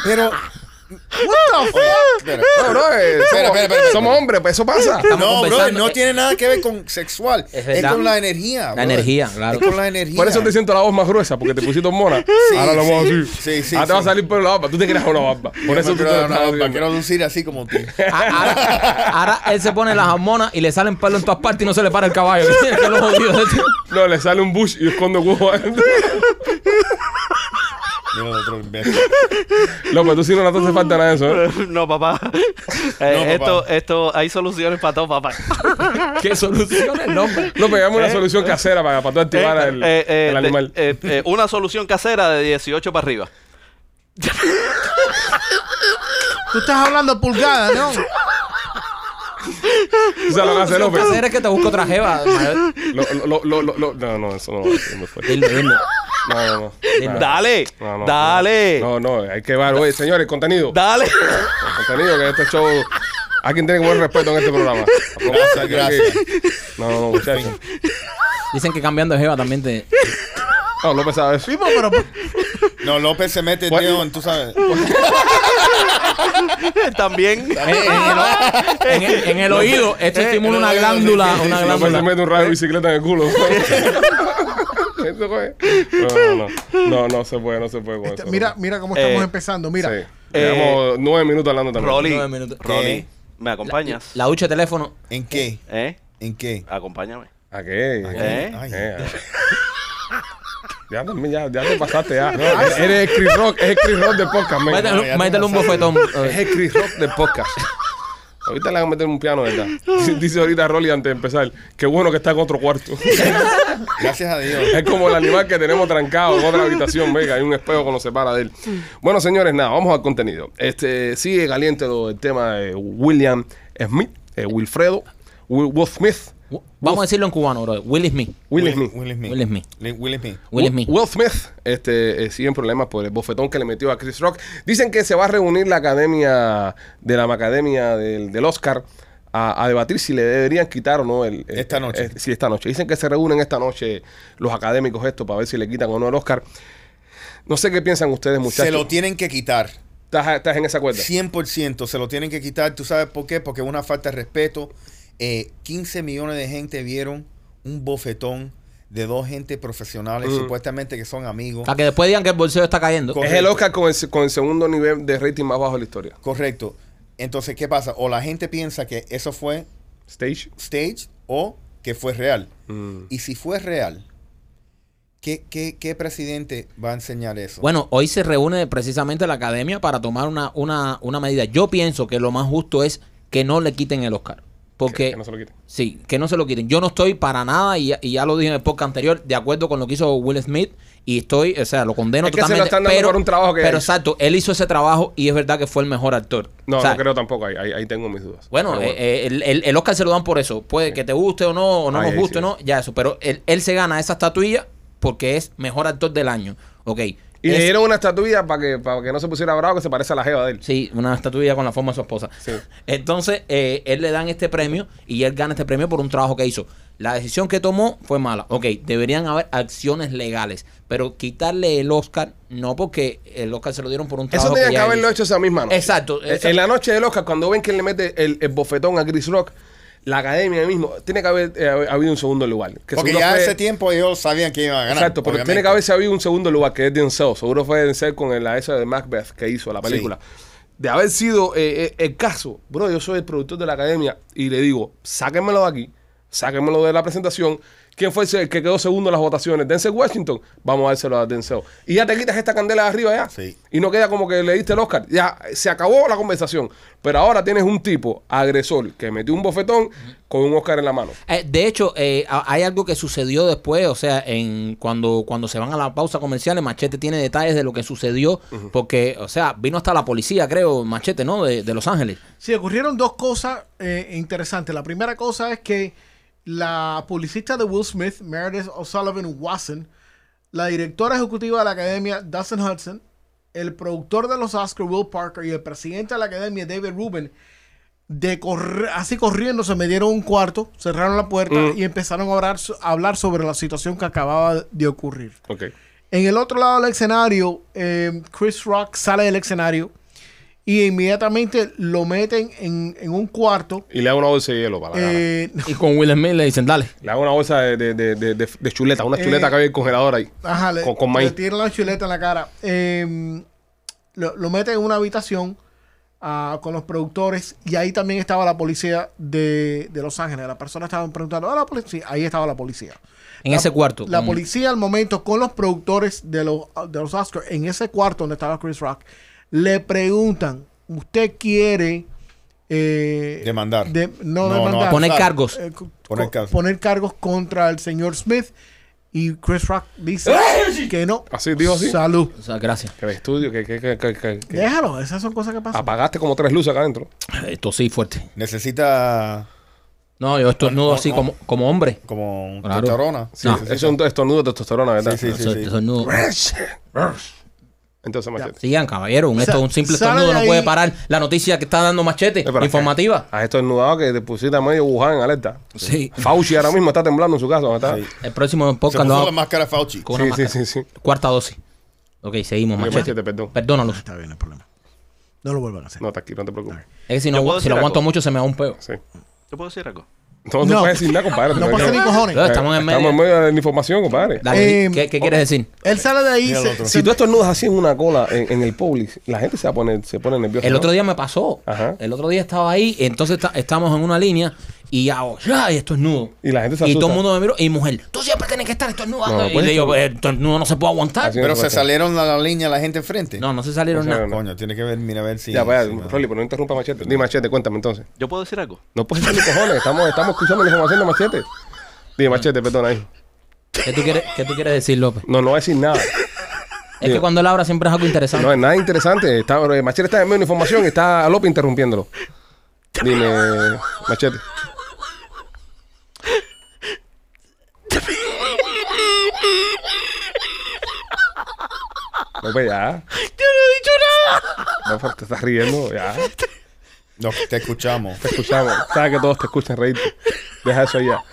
[SPEAKER 5] Pero. Espera.
[SPEAKER 1] no, bro, eh, somos,
[SPEAKER 5] espera, espera,
[SPEAKER 1] somos
[SPEAKER 5] espera.
[SPEAKER 1] hombres, pues eso pasa.
[SPEAKER 5] No, bro,
[SPEAKER 3] conversando.
[SPEAKER 5] no
[SPEAKER 3] Eh,
[SPEAKER 5] tiene nada que ver con sexual.
[SPEAKER 3] Es
[SPEAKER 5] Es,
[SPEAKER 3] verdad.
[SPEAKER 5] con la energía.
[SPEAKER 3] La
[SPEAKER 5] brother.
[SPEAKER 3] energía, claro.
[SPEAKER 5] Es con la energía.
[SPEAKER 1] Por eso te siento la voz más gruesa, porque te pusiste hormona.
[SPEAKER 5] Sí,
[SPEAKER 1] Ahora lo
[SPEAKER 5] sí.
[SPEAKER 1] vamos así.
[SPEAKER 5] Sí, sí,
[SPEAKER 1] Ahora te va a
[SPEAKER 5] sí.
[SPEAKER 1] salir por la barba. Tú te creas una barba. Por eso
[SPEAKER 5] Yo
[SPEAKER 1] tú
[SPEAKER 5] me
[SPEAKER 1] te lo
[SPEAKER 5] quiero dar una
[SPEAKER 1] estás
[SPEAKER 5] barba,
[SPEAKER 1] haciendo.
[SPEAKER 5] Quiero lucir así como tú.
[SPEAKER 3] A- Ahora, ahora él se pone las hormonas y le salen pelos en todas partes y no se le para el caballo. Que lo jodido de este.
[SPEAKER 1] No, le sale un bush y esconde cubo adentro.
[SPEAKER 5] Mira el otro imbécil.
[SPEAKER 1] López, tú sí no no te hace falta nada de eso, ¿eh?
[SPEAKER 6] no, papá. Eh,
[SPEAKER 5] No,
[SPEAKER 6] Esto,
[SPEAKER 5] papá.
[SPEAKER 6] esto, hay soluciones para todo, papá.
[SPEAKER 3] ¿Qué solución el hombre?
[SPEAKER 1] López, dame pues, una
[SPEAKER 6] Eh,
[SPEAKER 1] solución casera para, para tú activar
[SPEAKER 6] Eh,
[SPEAKER 1] el,
[SPEAKER 6] eh, eh,
[SPEAKER 1] el
[SPEAKER 6] de-
[SPEAKER 1] animal.
[SPEAKER 6] eh, eh, una solución casera de 18 para arriba.
[SPEAKER 4] Tú estás hablando pulgadas, ¿no?
[SPEAKER 1] Tú sabes lo que hace
[SPEAKER 3] Lo que
[SPEAKER 1] López.
[SPEAKER 3] hacer es que te busco otra jeva. mayor.
[SPEAKER 1] Lo, lo, lo, lo, lo- no, no, eso no va a ser muy fuerte.
[SPEAKER 3] Dilo, dilo.
[SPEAKER 1] No, no, no. Nada.
[SPEAKER 6] Dale,
[SPEAKER 1] No, no,
[SPEAKER 6] dale,
[SPEAKER 1] No, no, hay que ver, oye, señores, contenido.
[SPEAKER 6] dale.
[SPEAKER 1] El contenido que este show. Hay quien tiene que buen respeto en este programa.
[SPEAKER 5] Gracias, gracias.
[SPEAKER 1] No, no, no, muchachos.
[SPEAKER 3] Dicen que cambiando de jeva también te...
[SPEAKER 1] No, López sabe eso.
[SPEAKER 4] Sí, po, pero
[SPEAKER 5] No, López se mete,
[SPEAKER 1] What?
[SPEAKER 5] tío, en- tú sabes.
[SPEAKER 6] También.
[SPEAKER 3] En, en el, o- en el- en el oído, esto
[SPEAKER 1] Eh,
[SPEAKER 3] estimula una glándula. Una
[SPEAKER 1] López se
[SPEAKER 3] glándula.
[SPEAKER 1] mete un rayo de bicicleta en el culo. Eso fue. No, no, no. No, no se puede, no se puede con
[SPEAKER 4] Este,
[SPEAKER 1] eso.
[SPEAKER 4] mira, mira cómo estamos
[SPEAKER 6] Eh,
[SPEAKER 4] empezando.
[SPEAKER 1] Sí.
[SPEAKER 4] Mira,
[SPEAKER 1] Llevamos nueve minutos hablando también.
[SPEAKER 6] Rolly,
[SPEAKER 3] Nueve minutos.
[SPEAKER 6] Rolly,
[SPEAKER 5] ¿Qué?
[SPEAKER 6] ¿me acompañas?
[SPEAKER 3] La ducha de teléfono.
[SPEAKER 5] ¿En qué?
[SPEAKER 6] ¿Eh?
[SPEAKER 5] ¿En qué?
[SPEAKER 6] Acompáñame.
[SPEAKER 1] ¿A qué?
[SPEAKER 6] ¿Eh?
[SPEAKER 5] Ay.
[SPEAKER 1] Eh, ya también, ya, ya te pasaste ya. eres el Chris Rock, es el Chris Rock de podcast, men.
[SPEAKER 3] Métele,
[SPEAKER 5] no, ya
[SPEAKER 3] métele
[SPEAKER 5] te
[SPEAKER 3] un
[SPEAKER 5] pasaste.
[SPEAKER 3] bofetón. eh,
[SPEAKER 1] Es el Chris Rock de podcast. Ahorita le van a meter un piano, ¿verdad? Dice ahorita Rolly antes de empezar, qué bueno que está en otro cuarto.
[SPEAKER 5] Gracias a Dios.
[SPEAKER 1] Es como el animal que tenemos trancado en otra habitación, venga, hay un espejo que nos separa de él. Bueno, señores, nada, vamos al contenido. Este sigue caliente lo- el tema de William Smith, eh, Wilfredo, Will, Will Smith,
[SPEAKER 3] Vamos a decirlo en cubano, bro. Will Smith.
[SPEAKER 1] Will Smith.
[SPEAKER 5] Will Smith.
[SPEAKER 3] Will Smith.
[SPEAKER 5] Li- Will Smith.
[SPEAKER 3] Will Smith.
[SPEAKER 1] Will Smith este, eh, sigue en problemas por el bofetón que le metió a Chris Rock. Dicen que se va a reunir la academia de la academia del, del Oscar a, a debatir si le deberían quitar o no el. el-
[SPEAKER 5] Esta noche.
[SPEAKER 1] eh, sí, esta noche. Dicen que se reúnen esta noche los académicos esto para ver si le quitan o no el Oscar. No sé qué piensan ustedes, muchachos.
[SPEAKER 5] Se lo tienen que quitar.
[SPEAKER 1] ¿Estás, estás en esa cuerda?
[SPEAKER 5] 100% se lo tienen que quitar. ¿Tú sabes por qué? Porque es una falta de respeto. Eh, 15 millones de gente vieron un bofetón de dos gente profesionales
[SPEAKER 1] Mm.
[SPEAKER 5] supuestamente que son amigos.
[SPEAKER 3] Para que después digan que el bolseo está cayendo.
[SPEAKER 5] Co-
[SPEAKER 1] Es el Oscar con el, se- con el segundo nivel de rating más bajo de la historia.
[SPEAKER 5] Correcto. Entonces, ¿qué pasa? O la gente piensa que eso fue
[SPEAKER 1] Stage.
[SPEAKER 5] stage o que fue real.
[SPEAKER 1] Mm.
[SPEAKER 5] Y si fue real, ¿qué, qué, qué presidente va a enseñar eso?
[SPEAKER 3] Bueno, hoy se reúne precisamente la academia para tomar una, una, una medida. Yo pienso que lo más justo es que no le quiten el Oscar.
[SPEAKER 1] Que,
[SPEAKER 3] Porque
[SPEAKER 1] que no se lo quiten.
[SPEAKER 3] Sí, que no se lo quiten. Yo no estoy para nada, y, y ya lo dije en el podcast anterior, de acuerdo con lo que hizo Will Smith. Y estoy, o sea, lo condeno
[SPEAKER 1] Es que se lo
[SPEAKER 3] totalmente.
[SPEAKER 1] están dando por un trabajo que
[SPEAKER 3] Pero
[SPEAKER 1] ha hecho.
[SPEAKER 3] exacto, él hizo ese trabajo y es verdad que fue el mejor actor.
[SPEAKER 1] No,
[SPEAKER 3] O sea,
[SPEAKER 1] no creo tampoco. Ahí, ahí, ahí tengo mis dudas.
[SPEAKER 3] Bueno,
[SPEAKER 1] Pero
[SPEAKER 3] eh, el, el- el Oscar se lo dan por eso. Puede que te guste o no, o no
[SPEAKER 1] Ahí,
[SPEAKER 3] nos
[SPEAKER 1] ahí
[SPEAKER 3] guste
[SPEAKER 1] sí.
[SPEAKER 3] o no, ya eso. Pero él, él se gana esa estatuilla porque es mejor actor del año. Ok.
[SPEAKER 1] y
[SPEAKER 3] es-
[SPEAKER 1] le dieron una estatuilla para que, para que no se pusiera bravo que se parece a la jeva de él.
[SPEAKER 3] Sí, una estatuilla con la forma de su esposa.
[SPEAKER 1] Sí.
[SPEAKER 3] Entonces, eh, él le dan este premio y él gana este premio por un trabajo que hizo. La decisión que tomó fue mala. Ok, deberían haber acciones legales, pero quitarle el Oscar, no porque el Oscar se lo dieron por un trabajo
[SPEAKER 1] Eso tenían que
[SPEAKER 3] ya él
[SPEAKER 1] haberlo
[SPEAKER 3] hizo.
[SPEAKER 1] hecho esa misma noche.
[SPEAKER 3] Exacto,
[SPEAKER 1] Eh,
[SPEAKER 3] exacto.
[SPEAKER 1] En la noche del Oscar, cuando ven que le mete el, el bofetón a Chris Rock, la academia mismo, tiene que haber eh, hab- habido un segundo lugar. Que
[SPEAKER 5] Porque
[SPEAKER 1] seguro
[SPEAKER 5] ya
[SPEAKER 1] fue-
[SPEAKER 5] ese tiempo ellos sabían que iban a ganar.
[SPEAKER 1] Exacto, pero tiene
[SPEAKER 5] obviamente.
[SPEAKER 1] que haberse habido un segundo lugar que es Denzel. Seguro fue Denzel con la esa de Macbeth que hizo la película. De haber sido eh, eh, el caso, bro, yo soy el productor de la academia y le digo, sáquenmelo de aquí, sáquenmelo de la presentación. ¿Quién fue ese que quedó segundo en las votaciones? ¿Denzel Washington? Vamos a dárselo a Denzel. Y ya te quitas esta candela de arriba ya.
[SPEAKER 5] Sí.
[SPEAKER 1] Y no queda como que le diste el Oscar. Ya se acabó la conversación. Pero ahora tienes un tipo agresor que metió un bofetón con un Oscar en la mano.
[SPEAKER 3] Eh, de hecho, eh, a- hay algo que sucedió después, o sea, en cuando, cuando se van a la pausa comercial, Machete tiene detalles de lo que sucedió, porque, o sea, vino hasta la policía, creo, Machete, ¿no? De, de Los Ángeles.
[SPEAKER 4] Sí, ocurrieron dos cosas eh, interesantes. La primera cosa es que la publicista de Will Smith, Meredith O'Sullivan Watson, la directora ejecutiva de la academia, Dustin Hudson, el productor de los Oscars, Will Parker, y el presidente de la academia, David Rubin, de corre- así corriendo se metieron a un cuarto, cerraron la puerta y empezaron a hablar, so- a hablar sobre la situación que acababa de ocurrir.
[SPEAKER 1] Ok.
[SPEAKER 4] En el otro lado del escenario, eh, Chris Rock sale del escenario y inmediatamente lo meten en, en un cuarto.
[SPEAKER 1] Y le da una bolsa de hielo para la cara.
[SPEAKER 4] eh,
[SPEAKER 3] Y con Will Smith le dicen, dale.
[SPEAKER 1] Le hago una bolsa de, de, de, de- de- de chuleta, una
[SPEAKER 4] Eh,
[SPEAKER 1] chuleta que había en el congelador ahí.
[SPEAKER 4] ajá, le,
[SPEAKER 1] con, con
[SPEAKER 4] le
[SPEAKER 1] maíz.
[SPEAKER 4] tiran la chuleta en la cara. Eh, lo, lo meten en una habitación ah, con los productores y ahí también estaba la policía de, de Los Ángeles. Las personas estaban preguntando, ¿a la policía? Ahí estaba la policía.
[SPEAKER 3] En
[SPEAKER 4] La-
[SPEAKER 3] ese cuarto. Mm.
[SPEAKER 4] La
[SPEAKER 3] con-
[SPEAKER 4] policía al momento con los productores de los, de los Oscars, en ese cuarto donde estaba Chris Rock, le preguntan, ¿usted quiere... eh,
[SPEAKER 5] Demandar.
[SPEAKER 4] de- no,
[SPEAKER 5] No, no,
[SPEAKER 4] demandar.
[SPEAKER 3] Poner
[SPEAKER 5] Claro.
[SPEAKER 3] cargos.
[SPEAKER 4] eh, co-
[SPEAKER 5] Poner
[SPEAKER 4] co-
[SPEAKER 5] cargos.
[SPEAKER 4] poner cargos contra el señor Smith y Chris Rock dice que no.
[SPEAKER 1] ¡Eh! Así, dijo así.
[SPEAKER 4] Salud.
[SPEAKER 3] O sea, gracias.
[SPEAKER 1] Que el estudio, que, que, que, que- que- que-
[SPEAKER 4] Déjalo, esas son cosas que pasan.
[SPEAKER 1] apagaste como tres luces acá adentro.
[SPEAKER 3] Esto sí, fuerte.
[SPEAKER 5] Necesita
[SPEAKER 3] No, yo estornudo así como, como hombre.
[SPEAKER 5] como
[SPEAKER 3] Claro.
[SPEAKER 5] testosterona.
[SPEAKER 1] Sí,
[SPEAKER 3] Ah.
[SPEAKER 1] es un estornudo de testosterona, ¿verdad?
[SPEAKER 5] Sí, sí, sí.
[SPEAKER 3] Eso- estornudo.
[SPEAKER 1] Entonces, machete.
[SPEAKER 3] Sigan, caballero. Un,
[SPEAKER 4] O sea,
[SPEAKER 3] esto, un simple
[SPEAKER 4] sale
[SPEAKER 3] estornudo
[SPEAKER 4] de
[SPEAKER 3] no
[SPEAKER 4] ahí-
[SPEAKER 3] puede parar la noticia que está dando Machete.
[SPEAKER 1] Eh, pero
[SPEAKER 3] informativa.
[SPEAKER 1] Has estornudado que te pusiste a medio Wuhan en alerta.
[SPEAKER 3] Sí.
[SPEAKER 1] Fauci ahora mismo está temblando en su casa. ¿no está?
[SPEAKER 5] Sí.
[SPEAKER 3] El próximo
[SPEAKER 5] Se
[SPEAKER 3] podcast lo
[SPEAKER 5] puso
[SPEAKER 3] hago
[SPEAKER 5] la máscara Fauci.
[SPEAKER 3] con una
[SPEAKER 1] Sí, sí,
[SPEAKER 3] máscara.
[SPEAKER 1] sí, sí.
[SPEAKER 3] Cuarta dosis. Ok, seguimos,
[SPEAKER 1] Oye,
[SPEAKER 3] Machete.
[SPEAKER 1] Machete, perdón.
[SPEAKER 3] Perdónalos.
[SPEAKER 4] Está bien el problema. No lo vuelvan a hacer.
[SPEAKER 1] No, está aquí, no te preocupes.
[SPEAKER 3] Es que si,
[SPEAKER 6] Yo puedo
[SPEAKER 3] no, si
[SPEAKER 6] decir
[SPEAKER 3] lo aguanto
[SPEAKER 6] algo.
[SPEAKER 3] mucho se me da un peo.
[SPEAKER 1] Sí.
[SPEAKER 6] ¿Yo puedo decir algo?
[SPEAKER 1] No, no
[SPEAKER 4] No.
[SPEAKER 1] puedes decir nada, compadre.
[SPEAKER 4] No pasa ni cojones.
[SPEAKER 3] Claro, Estamos en medio.
[SPEAKER 1] Estamos en medio de la información, compadre.
[SPEAKER 3] Dale,
[SPEAKER 4] Eh,
[SPEAKER 3] ¿qué, qué quieres decir?
[SPEAKER 4] Él sale de ahí.
[SPEAKER 5] Mira el
[SPEAKER 4] se-
[SPEAKER 5] otro.
[SPEAKER 4] se-
[SPEAKER 1] Si tú estornudas así en una cola en, en el public, la gente se va a poner, se pone nerviosa.
[SPEAKER 3] El
[SPEAKER 1] ¿no?
[SPEAKER 3] otro día me pasó.
[SPEAKER 1] Ajá.
[SPEAKER 3] El otro día estaba ahí, entonces ta- estamos en una línea y hago, ya, y esto es nudo.
[SPEAKER 1] Y la gente se
[SPEAKER 3] Y todo
[SPEAKER 1] asusta.
[SPEAKER 3] el mundo me miró y mujer, tú siempre tienes que estar estornudando.
[SPEAKER 1] No,
[SPEAKER 3] y
[SPEAKER 1] pues,
[SPEAKER 3] le digo, "Pues, el estornudo no se puede aguantar.
[SPEAKER 1] Así
[SPEAKER 5] Pero se
[SPEAKER 1] Exacto.
[SPEAKER 5] salieron a la línea la gente enfrente.
[SPEAKER 3] No, no se salieron
[SPEAKER 1] No
[SPEAKER 3] nada.
[SPEAKER 1] se no.
[SPEAKER 5] Coño, tiene que ver, mira a ver si.
[SPEAKER 1] Ya, vaya,
[SPEAKER 5] si no.
[SPEAKER 1] Rolly, pero no interrumpa Machete. Dime, Machete, cuéntame entonces.
[SPEAKER 6] ¿Yo puedo decir algo?
[SPEAKER 1] No puedes decir cojones, estamos, estamos escuchando la información de Machete. Dime, Machete, perdona ahí.
[SPEAKER 3] ¿Qué tú quieres, qué tú quieres decir, López?
[SPEAKER 1] No, no va a decir nada.
[SPEAKER 3] Es
[SPEAKER 1] Digo.
[SPEAKER 3] que cuando él habla siempre es algo interesante.
[SPEAKER 1] No es nada interesante. Está, eh, machete está en medio de información y está López interrumpiéndolo. Dime, Machete. López, pues, ya. Yo no he dicho nada. No, pero te estás riendo, ya.
[SPEAKER 5] No, te escuchamos.
[SPEAKER 1] Te escuchamos. Sabes que todos te escuchan reírte. Deja eso ahí ya.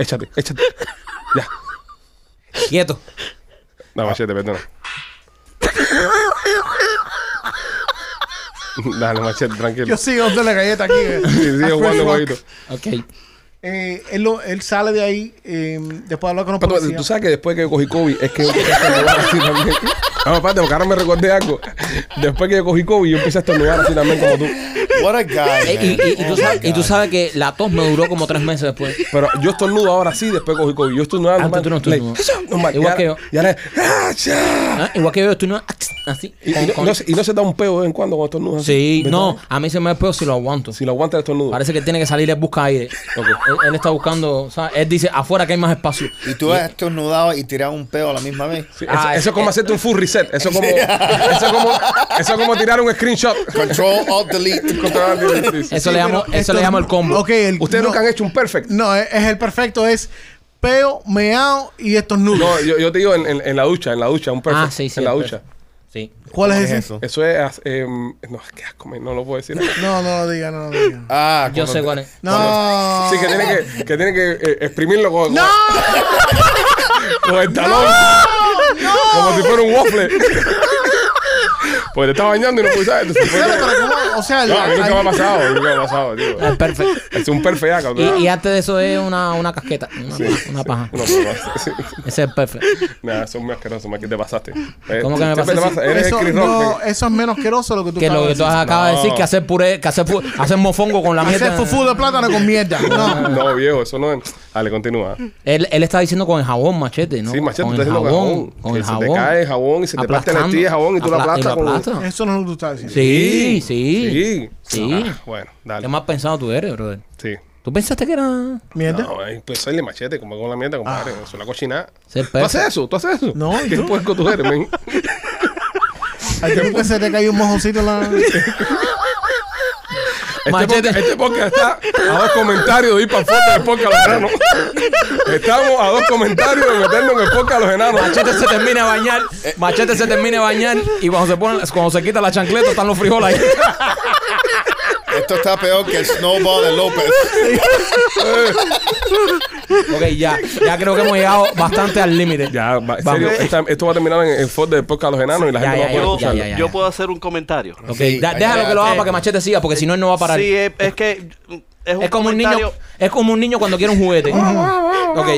[SPEAKER 1] Échate, échate. Ya.
[SPEAKER 3] Quieto.
[SPEAKER 1] No, machete, perdona. Dale, machete, tranquilo.
[SPEAKER 4] Yo sigo dando la galleta aquí. eh,
[SPEAKER 1] Sí,
[SPEAKER 4] a
[SPEAKER 1] sigue
[SPEAKER 4] Chris
[SPEAKER 1] jugando
[SPEAKER 4] Rock.
[SPEAKER 1] jueguito.
[SPEAKER 3] Ok.
[SPEAKER 4] Eh, él, lo- él sale de ahí eh, después de hablar con los
[SPEAKER 1] Pato,
[SPEAKER 4] policías.
[SPEAKER 1] tú sabes que después que yo cogí COVID, es que yo empecé a estornudar así también. No, aparte, porque ahora me recordé algo. Después que yo cogí COVID, yo empecé a estornudar así también como tú.
[SPEAKER 5] What a guy.
[SPEAKER 3] Eh, y,
[SPEAKER 5] man.
[SPEAKER 3] y- y tú
[SPEAKER 5] Oh,
[SPEAKER 3] sabes,
[SPEAKER 5] my
[SPEAKER 3] y tú
[SPEAKER 5] God.
[SPEAKER 3] sabes que la tos me duró como tres meses después.
[SPEAKER 1] Pero yo estornudo ahora sí, después cogí COVID. Yo estornudaba
[SPEAKER 3] Ah,
[SPEAKER 1] normal.
[SPEAKER 3] tú no estornudas.
[SPEAKER 1] Like, normal.
[SPEAKER 3] Igual
[SPEAKER 1] Y
[SPEAKER 3] que
[SPEAKER 1] ahora-
[SPEAKER 3] yo.
[SPEAKER 1] Y ahora- ¡Ah, ya!
[SPEAKER 3] Ah, Igual que yo, tú no. Así.
[SPEAKER 1] Y, y
[SPEAKER 3] con-
[SPEAKER 1] no,
[SPEAKER 3] con-
[SPEAKER 1] no se- y no se da un peo de vez en cuando cuando estornudas.
[SPEAKER 3] sí,
[SPEAKER 1] ¿Verdad?
[SPEAKER 3] no. A mí se me da peor si lo aguanto.
[SPEAKER 1] Si lo aguanta el estornudo.
[SPEAKER 3] Parece que tiene que salir él busca aire. Él, él está buscando. o sea, él dice afuera que hay más espacio.
[SPEAKER 5] Y tú has estornudado y tirado un pedo a la misma vez.
[SPEAKER 1] Sí, eso,
[SPEAKER 3] Ah,
[SPEAKER 1] eso
[SPEAKER 3] es-
[SPEAKER 1] es como
[SPEAKER 3] es-
[SPEAKER 1] hacerte un full reset. Eso es como, eso es como, eso es como tirar un screenshot.
[SPEAKER 5] Control, alt, delete.
[SPEAKER 1] Contra- sí, sí.
[SPEAKER 3] Eso
[SPEAKER 4] Sí,
[SPEAKER 3] le llamo,
[SPEAKER 4] pero
[SPEAKER 3] eso
[SPEAKER 4] esto-
[SPEAKER 3] le llamo el combo.
[SPEAKER 4] Ok, el-
[SPEAKER 1] Ustedes
[SPEAKER 4] no,
[SPEAKER 1] nunca han hecho un perfect.
[SPEAKER 4] No, es, es el perfecto, es peo, meao y estos
[SPEAKER 1] No,
[SPEAKER 4] nudos.
[SPEAKER 1] yo, yo te digo en, en- en la ducha, en la ducha, un perfect.
[SPEAKER 3] Ah, sí, sí.
[SPEAKER 1] En la
[SPEAKER 3] el
[SPEAKER 1] ducha.
[SPEAKER 3] perfecto. Sí.
[SPEAKER 4] ¿Cuál es
[SPEAKER 5] ¿Qué es
[SPEAKER 4] ese?
[SPEAKER 5] eso?
[SPEAKER 1] Eso es. as- em, no, es que asco, man, no lo puedo decir.
[SPEAKER 4] No, no lo diga, no lo diga.
[SPEAKER 5] Ah,
[SPEAKER 3] Yo
[SPEAKER 5] cuando
[SPEAKER 3] sé
[SPEAKER 5] te-
[SPEAKER 3] cuál es.
[SPEAKER 4] No.
[SPEAKER 1] Sí, que tiene que, que, tiene que eh, exprimirlo con,
[SPEAKER 4] ¡No!
[SPEAKER 1] con el talón. Como si fuera un waffle. pues te estás bañando y no puedes saber. entonces fue-
[SPEAKER 4] Claro, pero ¿cómo? O sea, el-
[SPEAKER 1] No, a mí nunca me ha
[SPEAKER 4] al-
[SPEAKER 1] pasado. Nunca me ha pasado, tío.
[SPEAKER 3] El perfecto.
[SPEAKER 1] Es un perfect ya,
[SPEAKER 3] Y,
[SPEAKER 1] cabrón.
[SPEAKER 3] y antes de eso es una, una casqueta. Una, una paja.
[SPEAKER 1] No, no, no, sí.
[SPEAKER 3] Ese es el perfecto.
[SPEAKER 1] Nah, eso es muy asqueroso, más que te pasaste. Eh,
[SPEAKER 3] ¿Cómo que me
[SPEAKER 1] siempre
[SPEAKER 3] pasé?
[SPEAKER 1] te pasa? Eres
[SPEAKER 4] eso,
[SPEAKER 1] el Chris
[SPEAKER 4] no,
[SPEAKER 1] Rock.
[SPEAKER 4] eso es menos queroso lo que tú
[SPEAKER 3] Que lo que
[SPEAKER 4] acabas
[SPEAKER 3] tú
[SPEAKER 4] de decir.
[SPEAKER 3] acabas de decir que hacer puré, que hacer, pu- hacer mofongo con la mierda.
[SPEAKER 4] Hacer fufu de plátano con mierda. No.
[SPEAKER 1] No, no, viejo, eso no es. Dale, continúa.
[SPEAKER 3] Él, él está diciendo con el jabón, machete, ¿no?
[SPEAKER 1] Sí, machete,
[SPEAKER 3] con
[SPEAKER 1] tú
[SPEAKER 3] el
[SPEAKER 1] estás diciendo
[SPEAKER 3] jabón.
[SPEAKER 1] jabón,
[SPEAKER 3] Con
[SPEAKER 1] que
[SPEAKER 3] el
[SPEAKER 1] se te
[SPEAKER 3] jabón.
[SPEAKER 1] cae el jabón y se te parte la
[SPEAKER 3] Aplastando.
[SPEAKER 1] estilla de jabón y tú la
[SPEAKER 3] Apla-
[SPEAKER 1] aplastas con-
[SPEAKER 3] aplastas.
[SPEAKER 4] Eso no es lo que tú estás diciendo.
[SPEAKER 3] Sí, sí.
[SPEAKER 1] Sí.
[SPEAKER 3] Sí.
[SPEAKER 1] Ah, bueno,
[SPEAKER 3] ¿Qué
[SPEAKER 1] dale.
[SPEAKER 3] más pensado tú eres, brother?
[SPEAKER 1] Sí.
[SPEAKER 3] ¿Tú pensaste que era
[SPEAKER 4] ¿Mierda?
[SPEAKER 1] No, ay, pues soy el machete, como con la mierda, compadre. Eso es una cochinada.
[SPEAKER 3] ser
[SPEAKER 1] ¿Tú haces
[SPEAKER 3] perfecto?
[SPEAKER 1] eso? ¿Tú haces eso?
[SPEAKER 4] No,
[SPEAKER 1] ¿Qué
[SPEAKER 4] yo-
[SPEAKER 1] puerco tú eres, men?
[SPEAKER 4] ¿A ti nunca se te cayó un mojoncito en la...
[SPEAKER 1] Este
[SPEAKER 3] Machete.
[SPEAKER 1] podcast, este podcast está a dos comentarios de ir para el fondo del podcast a los enanos. Estamos a dos comentarios de meternos en el podcast a los enanos.
[SPEAKER 3] Machete se termina de bañar, Machete se termina de bañar y cuando se pone, cuando se quita la chancleta están los frijoles ahí.
[SPEAKER 5] Esto está peor que el snowball de López.
[SPEAKER 3] Ok, ya, ya creo que hemos llegado bastante al límite.
[SPEAKER 1] Ya, va, en serio,
[SPEAKER 3] Vamos.
[SPEAKER 1] esta- esto va a terminar en el fondo del podcast a los enanos y la
[SPEAKER 3] Ya,
[SPEAKER 1] gente
[SPEAKER 3] ya,
[SPEAKER 1] no va a poder
[SPEAKER 6] Yo,
[SPEAKER 3] ya,
[SPEAKER 1] escucharlo.
[SPEAKER 3] ya, ya.
[SPEAKER 6] yo puedo hacer un comentario.
[SPEAKER 3] Ok,
[SPEAKER 5] Sí,
[SPEAKER 3] da-
[SPEAKER 5] hay que
[SPEAKER 3] déjalo que lo haga
[SPEAKER 5] darle-
[SPEAKER 3] para que Machete siga, porque si no él no va a parar.
[SPEAKER 6] Sí, es, es que mm, es un
[SPEAKER 3] es como un
[SPEAKER 6] comentario-
[SPEAKER 3] niño, es como un niño cuando quiere un juguete. ok,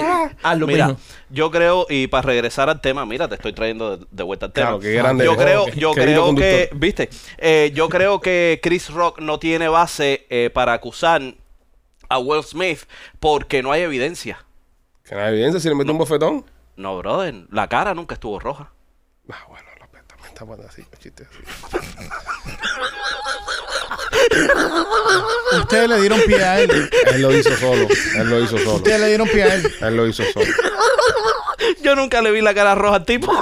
[SPEAKER 3] hazlo,
[SPEAKER 6] Mira,
[SPEAKER 3] mijo.
[SPEAKER 6] yo creo, y para regresar al tema, mira, te estoy trayendo de, de vuelta al tema.
[SPEAKER 1] Claro, qué grande
[SPEAKER 6] Yo
[SPEAKER 1] eres.
[SPEAKER 6] creo,
[SPEAKER 1] Qué-
[SPEAKER 6] yo
[SPEAKER 1] qué lindo
[SPEAKER 6] creo que,
[SPEAKER 1] conductor.
[SPEAKER 6] viste, eh, yo creo que Chris Rock no tiene base eh, para acusar a Will Smith porque no hay evidencia.
[SPEAKER 1] Que nadie evidencia si le mete un bofetón.
[SPEAKER 6] No, brother, la cara nunca estuvo roja.
[SPEAKER 1] Ah, bueno, López también está bueno así, chiste así.
[SPEAKER 4] Ustedes le dieron pie a él.
[SPEAKER 1] Él lo hizo solo, él lo hizo solo.
[SPEAKER 4] Ustedes le dieron pie a él.
[SPEAKER 1] Él lo hizo solo.
[SPEAKER 6] Yo nunca le vi la cara roja al tipo.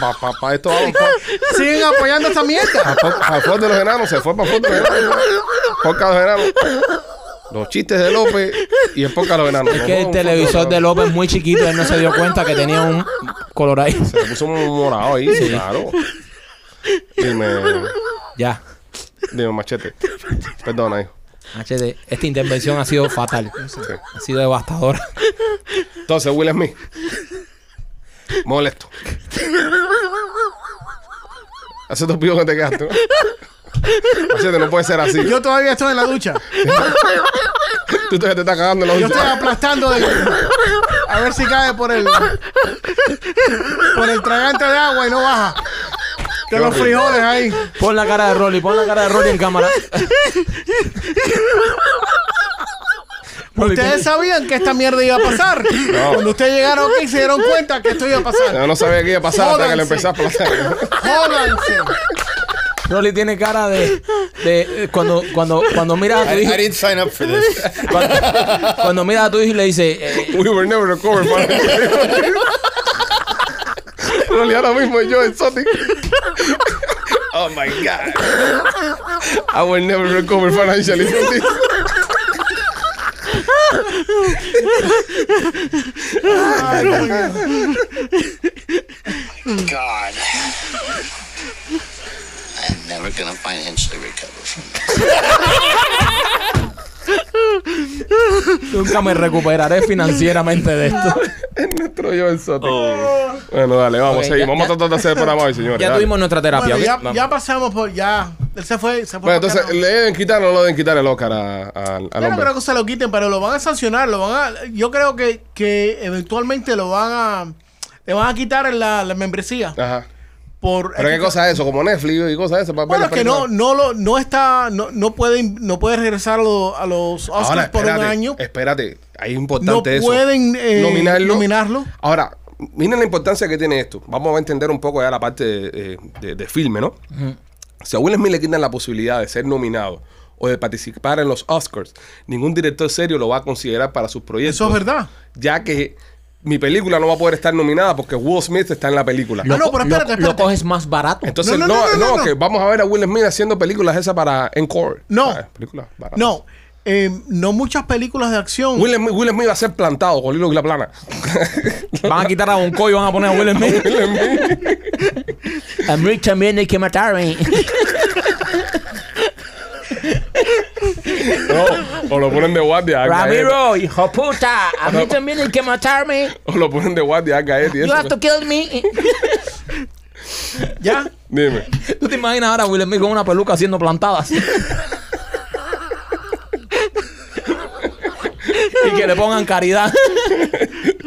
[SPEAKER 1] Papá, papá, esto va pa-
[SPEAKER 4] Siguen apoyando esta mierda.
[SPEAKER 1] pa- pa- pa' el fondo de los enanos, se fue para fondo de los enanos. Podcast de los enanos. Los chistes de López y el podcast de los enanos.
[SPEAKER 3] Es
[SPEAKER 1] Nos
[SPEAKER 3] que el
[SPEAKER 1] vamos, podcast
[SPEAKER 3] televisor
[SPEAKER 1] de
[SPEAKER 3] de
[SPEAKER 1] los-
[SPEAKER 3] López muy chiquito, él no se dio cuenta que tenía un color ahí.
[SPEAKER 1] Se le puso un morado ahí, claro. Dime,
[SPEAKER 3] Ya,
[SPEAKER 1] dime, machete. Perdona, hijo.
[SPEAKER 3] Machete, esta intervención ha sido fatal. Ha sido devastadora.
[SPEAKER 1] Entonces, Will Smith. Molesto. Hace dos pibos que te quedaste. ¿no? Machete, no puede ser así.
[SPEAKER 4] Yo todavía estoy en la ducha.
[SPEAKER 1] Tú todavía te estás cagando en la
[SPEAKER 4] Yo
[SPEAKER 1] ducha.
[SPEAKER 4] estoy aplastando de- A ver si cae por el... Por el tragante de agua y no baja. Que los frijoles ahí.
[SPEAKER 3] Pon la cara de Rolly, pon la cara de Rolly en cámara. Rolly,
[SPEAKER 4] Ustedes
[SPEAKER 3] pon-
[SPEAKER 4] sabían que esta mierda iba a pasar.
[SPEAKER 1] No.
[SPEAKER 4] Cuando ustedes llegaron aquí se dieron cuenta que esto iba a pasar.
[SPEAKER 1] No, no sabía que iba a pasar hasta que lo
[SPEAKER 4] Jódanse.
[SPEAKER 1] empezás a pasar.
[SPEAKER 4] Jódanse.
[SPEAKER 3] Rolly tiene cara de, de eh, cuando, cuando, cuando mira a tu
[SPEAKER 5] I,
[SPEAKER 3] hijo,
[SPEAKER 5] I didn't sign up for this.
[SPEAKER 3] cuando, cuando mira a tu hijo y le dice, eh,
[SPEAKER 1] We were never recovered, man. En realidad, ahora mismo yo, exotic.
[SPEAKER 5] Oh my God.
[SPEAKER 1] I will never recover financially from this.
[SPEAKER 7] God. I'm never gonna financially recover from that.
[SPEAKER 3] nunca me recuperaré financieramente de esto.
[SPEAKER 1] Es nuestro yo, exotic.
[SPEAKER 4] Oh.
[SPEAKER 1] Bueno, dale, vamos,
[SPEAKER 3] Ok,
[SPEAKER 1] seguimos.
[SPEAKER 3] ya-
[SPEAKER 1] Vamos a
[SPEAKER 3] ya-
[SPEAKER 1] tratar de hacer el programa hoy, señores.
[SPEAKER 3] Ah, Ya
[SPEAKER 1] dale.
[SPEAKER 3] tuvimos nuestra terapia.
[SPEAKER 4] Bueno, ya,
[SPEAKER 3] ¿ok?
[SPEAKER 4] ya pasamos por... Ya. Él se fue. se fue
[SPEAKER 1] Bueno,
[SPEAKER 4] por
[SPEAKER 1] entonces,
[SPEAKER 4] carajo.
[SPEAKER 1] ¿le deben quitar o no le deben quitar el Oscar a- a- al
[SPEAKER 4] Yo no
[SPEAKER 1] hombre?
[SPEAKER 4] creo que se lo quiten, pero lo van a sancionar, lo van a, yo creo que, que eventualmente lo van a, le van a quitar la, la membresía.
[SPEAKER 1] Ajá.
[SPEAKER 4] por este
[SPEAKER 1] Pero qué cosa es eso, como Netflix y cosas de esas. para ver
[SPEAKER 4] Bueno,
[SPEAKER 1] la
[SPEAKER 4] es que no,
[SPEAKER 1] película.
[SPEAKER 4] no, lo, no está, no, no pueden, no pueden regresar a, lo- a los Oscars
[SPEAKER 1] Ahora,
[SPEAKER 4] por
[SPEAKER 1] espérate,
[SPEAKER 4] un año.
[SPEAKER 1] Espérate, ahí es importante
[SPEAKER 4] No
[SPEAKER 1] eso.
[SPEAKER 4] pueden, eh, nominarlo.
[SPEAKER 1] Ahora, miren la importancia que tiene esto. Vamos a entender un poco ya la parte de, eh, de- de filme, ¿no? Si a Will Smith le quitan la posibilidad de ser nominado o de participar en los Oscars, ningún director serio lo va a considerar para sus proyectos.
[SPEAKER 4] Eso es verdad.
[SPEAKER 1] Ya que mi película no va a poder estar nominada porque Will Smith está en la película.
[SPEAKER 4] Ah, no,
[SPEAKER 3] co-
[SPEAKER 4] pero espérate,
[SPEAKER 3] Lo,
[SPEAKER 4] espérate.
[SPEAKER 3] coges más barato.
[SPEAKER 1] Entonces, no,
[SPEAKER 4] No,
[SPEAKER 1] no,
[SPEAKER 4] no, no, no, no.
[SPEAKER 1] que vamos a ver a Will Smith haciendo películas esas para Encore.
[SPEAKER 4] No.
[SPEAKER 1] Ah, películas baratas.
[SPEAKER 4] No, eh, no muchas películas de acción.
[SPEAKER 1] Will Smith, Will Smith va a ser plantado con hilo y la plana.
[SPEAKER 3] van a quitar a Bonco y van a poner a Will Smith. a mí también hay que matarme.
[SPEAKER 1] No, o lo ponen de guardia. a caer.
[SPEAKER 3] Ramiro, hijo puta. A mí también hay que matarme.
[SPEAKER 1] O lo ponen de guardia a caer y
[SPEAKER 3] You
[SPEAKER 1] eso.
[SPEAKER 3] have to kill me.
[SPEAKER 4] Ya.
[SPEAKER 1] Dime.
[SPEAKER 3] ¿Tú te imaginas ahora a Will Smith con una peluca haciendo plantadas? y que le pongan caridad.